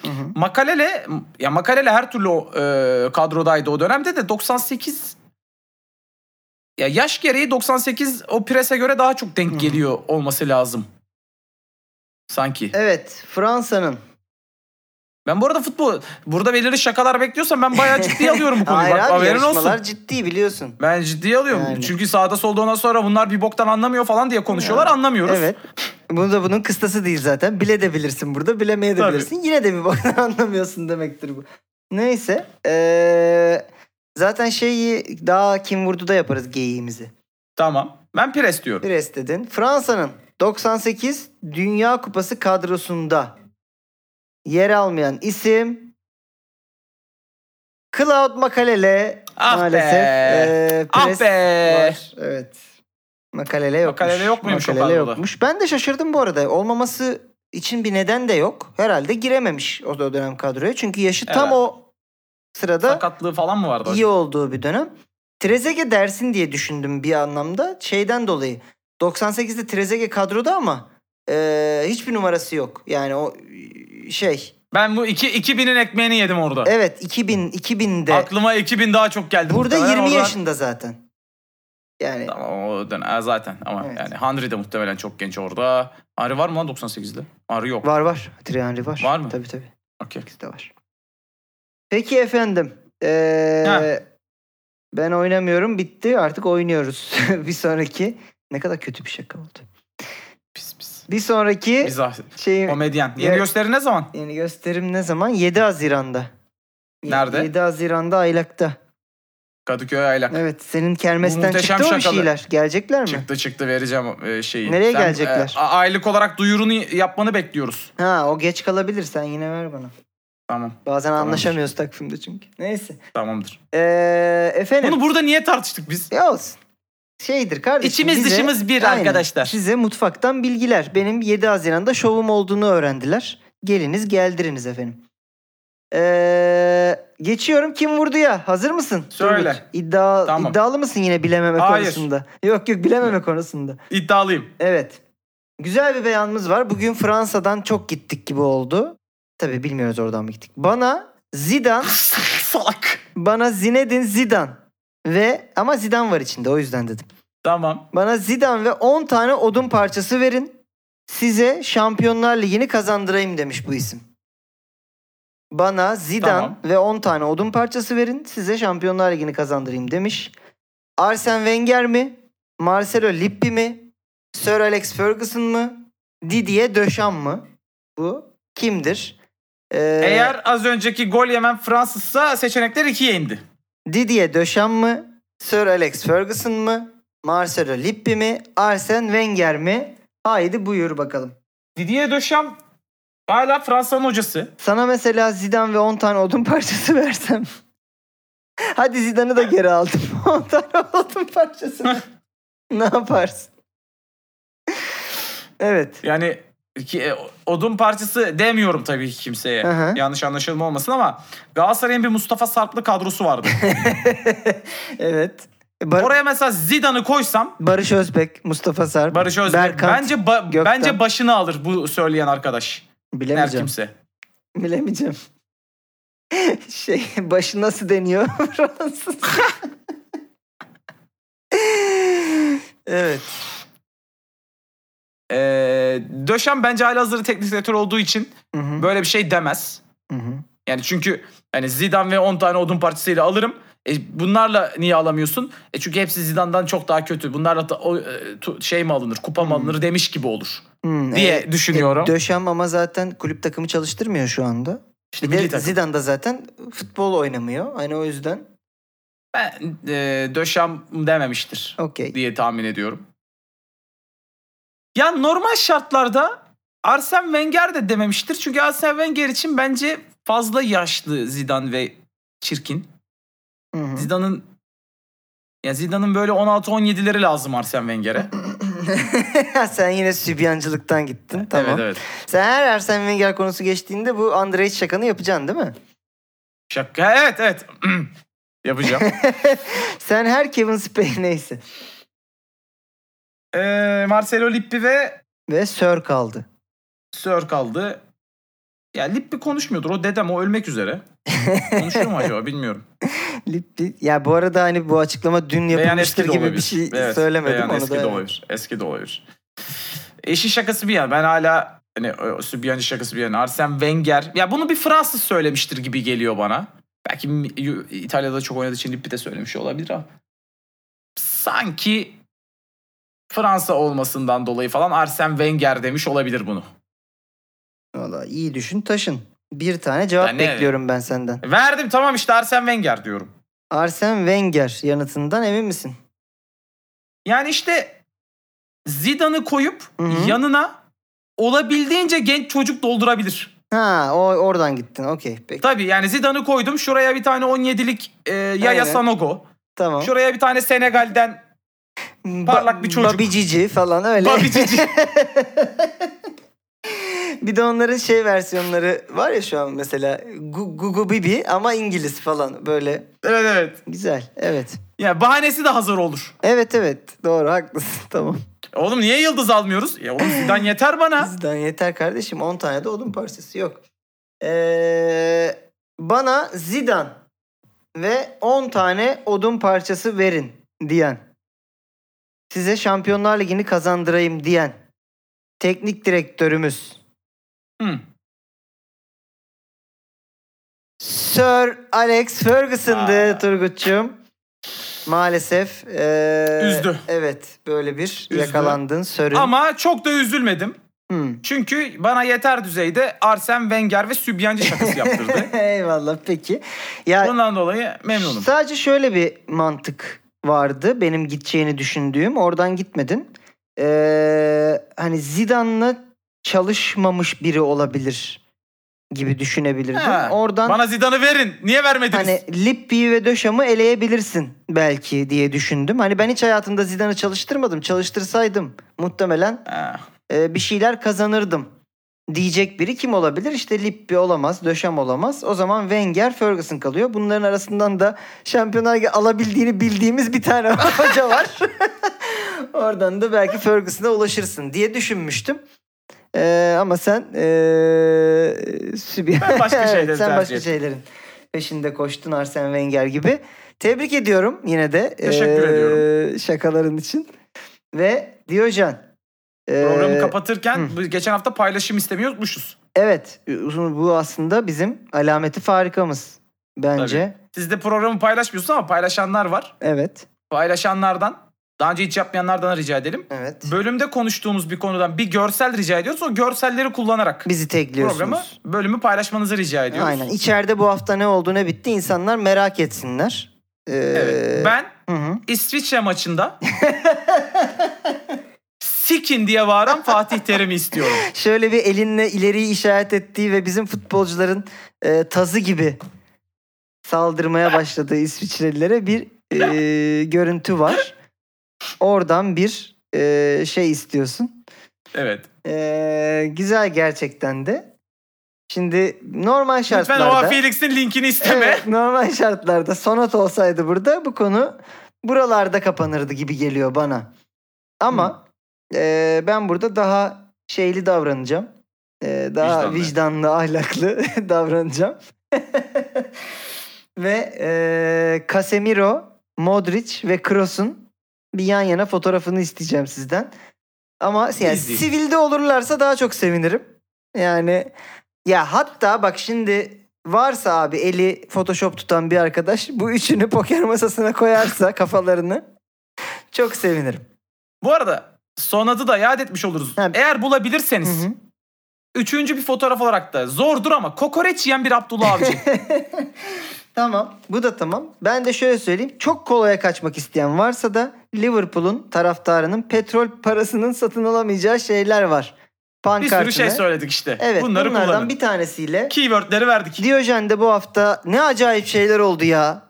Speaker 2: Hı hı.
Speaker 3: Makalele ya Makalele her türlü o, e, kadrodaydı o dönemde de 98 ya yaş gereği 98 o Pires'e göre daha çok denk
Speaker 2: Hı.
Speaker 3: geliyor olması lazım. Sanki.
Speaker 2: Evet, Fransa'nın.
Speaker 3: Ben bu arada futbol burada belirli şakalar bekliyorsam ben
Speaker 2: *laughs*
Speaker 3: bayağı ciddiye alıyorum bu konuyu.
Speaker 2: Hayır
Speaker 3: Bak
Speaker 2: abi,
Speaker 3: haberin
Speaker 2: yarışmalar
Speaker 3: olsun.
Speaker 2: ciddi biliyorsun.
Speaker 3: Ben ciddiye alıyorum.
Speaker 2: Yani.
Speaker 3: Çünkü sağda solda ondan sonra bunlar bir boktan anlamıyor falan diye konuşuyorlar anlamıyoruz.
Speaker 2: Evet. Bunu da bunun kıstası değil zaten. Bile de bilirsin burada, bilemeye de
Speaker 3: Tabii.
Speaker 2: bilirsin. Yine de bir *laughs* bakın anlamıyorsun demektir bu. Neyse. eee, zaten şeyi daha kim vurdu da yaparız geyiğimizi.
Speaker 3: Tamam. Ben Pires diyorum.
Speaker 2: Pires dedin. Fransa'nın 98 Dünya Kupası kadrosunda yer almayan isim Claude Makalele
Speaker 3: Ah be.
Speaker 2: maalesef. Ee,
Speaker 3: Ah
Speaker 2: Pires
Speaker 3: be.
Speaker 2: var. Evet. Makalele yokmuş.
Speaker 3: Makalele yok muymuş o
Speaker 2: Makalele
Speaker 3: kadroda?
Speaker 2: yokmuş. Ben de şaşırdım bu arada. Olmaması için bir neden de yok. Herhalde girememiş o da dönem kadroya. Çünkü yaşı tam
Speaker 3: Evet.
Speaker 2: o sırada
Speaker 3: Sakatlığı falan mı vardı?
Speaker 2: iyi olduğu bir dönem. Trezeguet dersin diye düşündüm bir anlamda. Şeyden dolayı. 98'de Trezeguet kadroda ama e, hiçbir numarası yok. Yani o e, şey.
Speaker 3: Ben bu iki, 2000'in ekmeğini yedim orada.
Speaker 2: Evet 2000 2000'de.
Speaker 3: Aklıma 2000 daha çok geldi.
Speaker 2: Burada
Speaker 3: muhtemelen.
Speaker 2: 20
Speaker 3: Oradan-
Speaker 2: yaşında zaten. Yani
Speaker 3: Tamam o dön- ha, zaten ama
Speaker 2: Evet.
Speaker 3: yani Henry de muhtemelen çok genç orada. Henry var mı lan 98'de? Henry yok.
Speaker 2: var var. Trianli var.
Speaker 3: Var mı?
Speaker 2: Tabii tabii.
Speaker 3: Okey.
Speaker 2: İkisi de var. Peki efendim. e,
Speaker 3: Ha.
Speaker 2: ben oynamıyorum. *laughs* Bitti. Artık oynuyoruz. bir sonraki. Ne kadar kötü bir şaka oldu.
Speaker 3: Pis pis.
Speaker 2: Bir sonraki
Speaker 3: Mizah.
Speaker 2: şey
Speaker 3: Komedyen. Yeni
Speaker 2: Evet.
Speaker 3: gösteri ne zaman?
Speaker 2: yeni gösterim ne zaman? 7 Haziran'da. Ye-
Speaker 3: Nerede?
Speaker 2: 7 Haziran'da Aylak'ta.
Speaker 3: Kadıköy Aylak.
Speaker 2: Evet senin kermesten
Speaker 3: muhteşem
Speaker 2: çıktı mı bir
Speaker 3: şakalı.
Speaker 2: şeyler? Gelecekler mi?
Speaker 3: Çıktı çıktı vereceğim e, şeyi.
Speaker 2: Nereye gelecekler?
Speaker 3: e, a- aylık olarak duyurunu yapmanı bekliyoruz.
Speaker 2: Ha o geç kalabilir sen yine ver bana.
Speaker 3: Tamam
Speaker 2: Bazen
Speaker 3: Tamamdır.
Speaker 2: anlaşamıyoruz takvimde çünkü. Neyse.
Speaker 3: tamamdır.
Speaker 2: Ee, efendim.
Speaker 3: Bunu burada niye tartıştık biz?
Speaker 2: Ya E, olsun. Şeydir kardeşim.
Speaker 3: İçimiz
Speaker 2: bize-
Speaker 3: dışımız bir
Speaker 2: Aynen.
Speaker 3: arkadaşlar.
Speaker 2: Size mutfaktan bilgiler. Benim 7 Haziran'da şovum olduğunu öğrendiler. Geliniz geldiriniz efendim. Ee, geçiyorum kim vurdu ya. Hazır mısın?
Speaker 3: Söyle.
Speaker 2: Turgut? İddia,
Speaker 3: Tamam.
Speaker 2: iddialı mısın yine bilememe
Speaker 3: Hayır.
Speaker 2: konusunda? Yok yok bilememe konusunda. *laughs*
Speaker 3: İddialıyım.
Speaker 2: Evet. Güzel bir beyanımız var. Bugün Fransa'dan çok gittik gibi oldu. Tabii bilmiyoruz oradan mı gittik. Bana Zidane,
Speaker 3: Salak.
Speaker 2: bana Zinedine Zidane ve ama Zidane var içinde o yüzden dedim.
Speaker 3: Tamam.
Speaker 2: Bana Zidane ve 10 tane odun parçası verin. Size Şampiyonlar Ligi'ni kazandırayım demiş bu isim. Bana Zidane
Speaker 3: Tamam.
Speaker 2: ve 10 tane odun parçası verin. Size Şampiyonlar Ligi'ni kazandırayım demiş. Arsene Wenger mi? Marcelo Lippi mi? Sir Alex Ferguson mı? Didier Deschamps mı? Bu kimdir? Ee,
Speaker 3: Eğer az önceki gol yemen Fransızsa seçenekler ikiye indi.
Speaker 2: Didier Deschamps mı? Sir Alex Ferguson mı? Marcelo Lippi mi? Arsene Wenger mi? Haydi buyur bakalım.
Speaker 3: Didier Deschamps hala Fransa'nın hocası.
Speaker 2: Sana mesela Zidane ve 10 tane odun *laughs* parçası versem. Hadi Zidane'ı da geri aldım. *laughs* 10 tane odun parçası. ver. ne yaparsın? evet.
Speaker 3: Yani ki, e, odun parçası demiyorum tabii ki kimseye.
Speaker 2: Hı hı.
Speaker 3: Yanlış anlaşılma olmasın ama Galatasaray'ın bir Mustafa Sarplı kadrosu
Speaker 2: *laughs*
Speaker 3: vardı.
Speaker 2: evet. Bar-
Speaker 3: Oraya mesela Zidane'ı koysam
Speaker 2: Barış Özbek, Mustafa Sarp,
Speaker 3: Barış Özbek
Speaker 2: Berkant.
Speaker 3: bence ba-
Speaker 2: Gökhan.
Speaker 3: bence başını alır bu söyleyen arkadaş. Her
Speaker 2: bilemeyeceğim.
Speaker 3: kimse.
Speaker 2: Bilemeyeceğim. *laughs* Şey başı nasıl deniyor *laughs* Fransız? evet.
Speaker 3: Ee, Döşen bence halihazırda teknik direktör olduğu için
Speaker 2: Hı hı,
Speaker 3: böyle bir şey demez.
Speaker 2: hı hı.
Speaker 3: Yani çünkü yani Zidane ve 10 tane odun parçasıyla alırım. E, bunlarla niye alamıyorsun? E çünkü hepsi Zidane'dan çok daha kötü. Bunlarla da o, e, tu- şey mi alınır, kupa mı alınır demiş gibi olur
Speaker 2: Hmm,
Speaker 3: diye
Speaker 2: evet.
Speaker 3: düşünüyorum.
Speaker 2: Döşem ama zaten kulüp takımı çalıştırmıyor şu anda.
Speaker 3: İşte
Speaker 2: Bir
Speaker 3: milli
Speaker 2: de
Speaker 3: takım.
Speaker 2: Zidane da zaten futbol oynamıyor. Hani o yüzden.
Speaker 3: Ben e, Döşem dememiştir
Speaker 2: Okey.
Speaker 3: diye tahmin ediyorum. Ya normal şartlarda Arsene Wenger de dememiştir. Çünkü Arsene Wenger için bence fazla yaşlı Zidane ve çirkin.
Speaker 2: Hı hı.
Speaker 3: Zidane'ın ya Zidane'ın böyle 16-17'leri lazım Arsene Wenger'e.
Speaker 2: *laughs* Sen yine sübyancılıktan gittin. Tamam.
Speaker 3: Evet evet.
Speaker 2: Sen her Arsene Wenger konusu geçtiğinde bu Andrej şakanı yapacaksın değil mi? *laughs*
Speaker 3: Şaka. Evet evet. *clears throat* Yapacağım.
Speaker 2: Sen her Kevin Spacey neyse.
Speaker 3: Ee, Marcelo Lippi ve
Speaker 2: Ve Sör kaldı.
Speaker 3: Sör kaldı. Ya Lippi konuşmuyordur. O dedem o ölmek üzere. Konuşuyor mu acaba bilmiyorum.
Speaker 2: Lippi. Ya bu arada hani bu açıklama dün
Speaker 3: Beyan
Speaker 2: yapılmıştır
Speaker 3: de
Speaker 2: gibi bir
Speaker 3: olabilir.
Speaker 2: şey
Speaker 3: Evet,
Speaker 2: söylemedim.
Speaker 3: beyan
Speaker 2: onu
Speaker 3: eski
Speaker 2: da
Speaker 3: de
Speaker 2: evet.
Speaker 3: olabilir. Eski de olabilir. Eşi şakası bir yana. Ben hala hani o sübyancı şakası bir yana. Arsene Wenger. Ya bunu bir Fransız söylemiştir gibi geliyor bana. Belki mi- Yu- İtalya'da çok oynadığı için Lippi de söylemiş olabilir ama. Sanki Fransa olmasından dolayı falan Arsene Wenger demiş olabilir bunu.
Speaker 2: Valla iyi düşün taşın. Bir tane cevap
Speaker 3: Ben ne-
Speaker 2: bekliyorum ben senden.
Speaker 3: Verdim tamam işte Arsene Wenger diyorum.
Speaker 2: Arsene Wenger yanıtından emin misin?
Speaker 3: Yani işte Zidane'ı koyup
Speaker 2: Hı hı.
Speaker 3: yanına olabildiğince genç çocuk doldurabilir.
Speaker 2: Ha o oradan gittin. Okey. Peki.
Speaker 3: E, Tabii yani Zidane'ı koydum. Şuraya bir tane 17'lik e, Yaya
Speaker 2: Aynen.
Speaker 3: Sanogo.
Speaker 2: Tamam.
Speaker 3: Şuraya bir tane Senegal'den parlak bir çocuk.
Speaker 2: Babi Cici falan öyle.
Speaker 3: Babi Cici.
Speaker 2: *laughs* bir de onların şey versiyonları var ya şu an mesela Gu- Gugu Bibi ama İngiliz falan böyle.
Speaker 3: evet evet.
Speaker 2: Güzel. Evet.
Speaker 3: Yani bahanesi de hazır olur.
Speaker 2: Evet evet. Doğru haklısın. *laughs* Tamam.
Speaker 3: Oğlum niye yıldız almıyoruz? Ya oğlum Zidane yeter bana.
Speaker 2: Bizden yeter kardeşim. 10 tane de odun parçası yok. Ee, bana Zidane ve 10 tane odun parçası verin diyen. Size Şampiyonlar Ligi'ni kazandırayım diyen. Teknik direktörümüz
Speaker 3: Hı.
Speaker 2: Sir Alex Ferguson'dı
Speaker 3: Aa.
Speaker 2: Turgut'cum. Maalesef. ee,
Speaker 3: Üzdü.
Speaker 2: Evet böyle bir
Speaker 3: Üzdü.
Speaker 2: yakalandın Sir'in.
Speaker 3: Ama çok da üzülmedim.
Speaker 2: Hmm. *laughs*
Speaker 3: Çünkü bana yeter düzeyde Arsene Wenger ve Sübyancı şakası
Speaker 2: *laughs*
Speaker 3: yaptırdı.
Speaker 2: Eyvallah peki. Ya
Speaker 3: Bundan dolayı memnunum.
Speaker 2: Sadece şöyle bir mantık vardı benim gideceğini düşündüğüm. Oradan gitmedin. Ee, hani Zidane'la çalışmamış biri olabilir gibi düşünebilirdim.
Speaker 3: Ha,
Speaker 2: Oradan
Speaker 3: Bana Zidane'ı verin. Niye vermediniz?
Speaker 2: hani Lippi'yi ve Döşam'ı eleyebilirsin belki diye düşündüm. Hani ben hiç hayatımda Zidane'ı çalıştırmadım. Çalıştırsaydım muhtemelen
Speaker 3: Ha,
Speaker 2: e, bir şeyler kazanırdım diyecek biri kim olabilir? İşte Lippi olamaz, Döşem olamaz. O zaman Wenger, Ferguson kalıyor. Bunların arasından da Şampiyonlar Ligi alabildiğini bildiğimiz bir tane *laughs* hoca var. Oradan da belki Ferguson'a ulaşırsın diye düşünmüştüm. Ee, ama sen ee, Sübi-
Speaker 3: Ben başka
Speaker 2: *laughs* Evet,
Speaker 3: şeyleri
Speaker 2: sen
Speaker 3: tercih
Speaker 2: başka
Speaker 3: ettim.
Speaker 2: şeylerin peşinde koştun Arsene Wenger gibi. Tebrik ediyorum yine de.
Speaker 3: Teşekkür
Speaker 2: ee,
Speaker 3: ediyorum.
Speaker 2: Şakaların için. Ve Diyojen. ee,
Speaker 3: Programı kapatırken
Speaker 2: hı.
Speaker 3: bu geçen hafta paylaşım istemiyormuşuz.
Speaker 2: Evet uzun- bu aslında bizim alameti farikamız bence.
Speaker 3: Siz de programı paylaşmıyorsunuz ama paylaşanlar var.
Speaker 2: Evet.
Speaker 3: Paylaşanlardan, daha önce hiç yapmayanlardan rica edelim.
Speaker 2: Evet.
Speaker 3: Bölümde konuştuğumuz bir konudan bir görsel rica ediyoruz. O görselleri kullanarak
Speaker 2: Bizi tekliyorsunuz.
Speaker 3: programı, bölümü paylaşmanızı rica ediyoruz.
Speaker 2: Aynen. İçeride bu hafta ne oldu ne bitti insanlar merak etsinler. Ee,
Speaker 3: Evet. Ben
Speaker 2: Hı hı.
Speaker 3: İsviçre
Speaker 2: *laughs*
Speaker 3: maçında sikin diye bağıran Fatih Terim'i istiyorum.
Speaker 2: Şöyle bir elinle ileriyi işaret ettiği ve bizim futbolcuların e, tazı gibi saldırmaya başladığı İsviçrelilere bir e, görüntü var. Oradan bir e, şey istiyorsun.
Speaker 3: Evet.
Speaker 2: Ee, güzel gerçekten de. Şimdi normal
Speaker 3: Lütfen
Speaker 2: şartlarda...
Speaker 3: Oha Felix'in linkini isteme.
Speaker 2: Evet, normal şartlarda sonat olsaydı burada bu konu buralarda kapanırdı gibi geliyor bana. Ama e, ben burada daha şeyli davranacağım. E, daha
Speaker 3: Vicdanlı.
Speaker 2: vicdanlı, ahlaklı *laughs* davranacağım. Ve e, Casemiro, Modric ve Kroos'un bir yan yana fotoğrafını isteyeceğim sizden. Ama yani
Speaker 3: Easy.
Speaker 2: sivilde olurlarsa daha çok sevinirim. Yani ya hatta bak şimdi varsa abi eli Photoshop tutan bir arkadaş bu üçünü poker
Speaker 3: *laughs*
Speaker 2: masasına koyarsa kafalarını çok sevinirim.
Speaker 3: Bu arada son adı da yad etmiş oluruz.
Speaker 2: Ha.
Speaker 3: Eğer bulabilirseniz.
Speaker 2: Hı hı.
Speaker 3: Üçüncü bir fotoğraf olarak da zordur ama kokoreç yiyen bir Abdullah
Speaker 2: *laughs*
Speaker 3: Avcı.
Speaker 2: *laughs* Tamam. Bu da tamam. Ben de şöyle söyleyeyim. Çok kolaya kaçmak isteyen varsa da Liverpool'un taraftarının petrol parasının satın alamayacağı şeyler var.
Speaker 3: bir
Speaker 2: Pankartını.
Speaker 3: sürü şey söyledik işte.
Speaker 2: Evet.
Speaker 3: Bunları
Speaker 2: bunlardan
Speaker 3: kullanın.
Speaker 2: bir tanesiyle
Speaker 3: Keywordleri verdik.
Speaker 2: Diyojen de bu hafta ne acayip şeyler oldu ya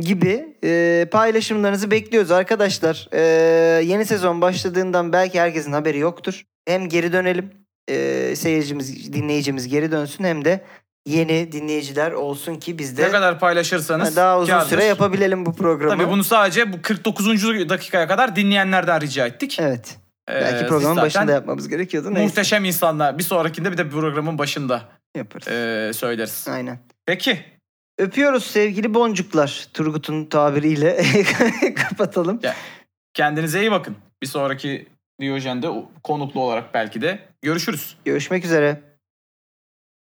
Speaker 2: gibi e, paylaşımlarınızı bekliyoruz arkadaşlar. E, yeni sezon başladığından belki herkesin haberi yoktur. Hem geri dönelim e, seyircimiz, dinleyicimiz geri dönsün hem de yeni dinleyiciler olsun ki biz de
Speaker 3: Ne kadar paylaşırsanız
Speaker 2: Ha, daha uzun
Speaker 3: kârdır.
Speaker 2: süre yapabilelim bu programı.
Speaker 3: Tabii bunu sadece bu 49. dakikaya kadar dinleyenlerden rica ettik.
Speaker 2: Evet.
Speaker 3: Ee,
Speaker 2: belki
Speaker 3: siz
Speaker 2: programın
Speaker 3: zaten
Speaker 2: başında yapmamız gerekiyordu. Neyse
Speaker 3: Muhteşem insanlar. Bir sonrakinde bir de programın başında
Speaker 2: yaparız.
Speaker 3: ee, söyleriz.
Speaker 2: Aynen.
Speaker 3: Peki.
Speaker 2: Öpüyoruz sevgili boncuklar. Turgut'un tabiriyle *laughs* kapatalım.
Speaker 3: Kendinize iyi bakın. Bir sonraki Diyojen'de konuklu olarak belki de görüşürüz.
Speaker 2: Görüşmek üzere.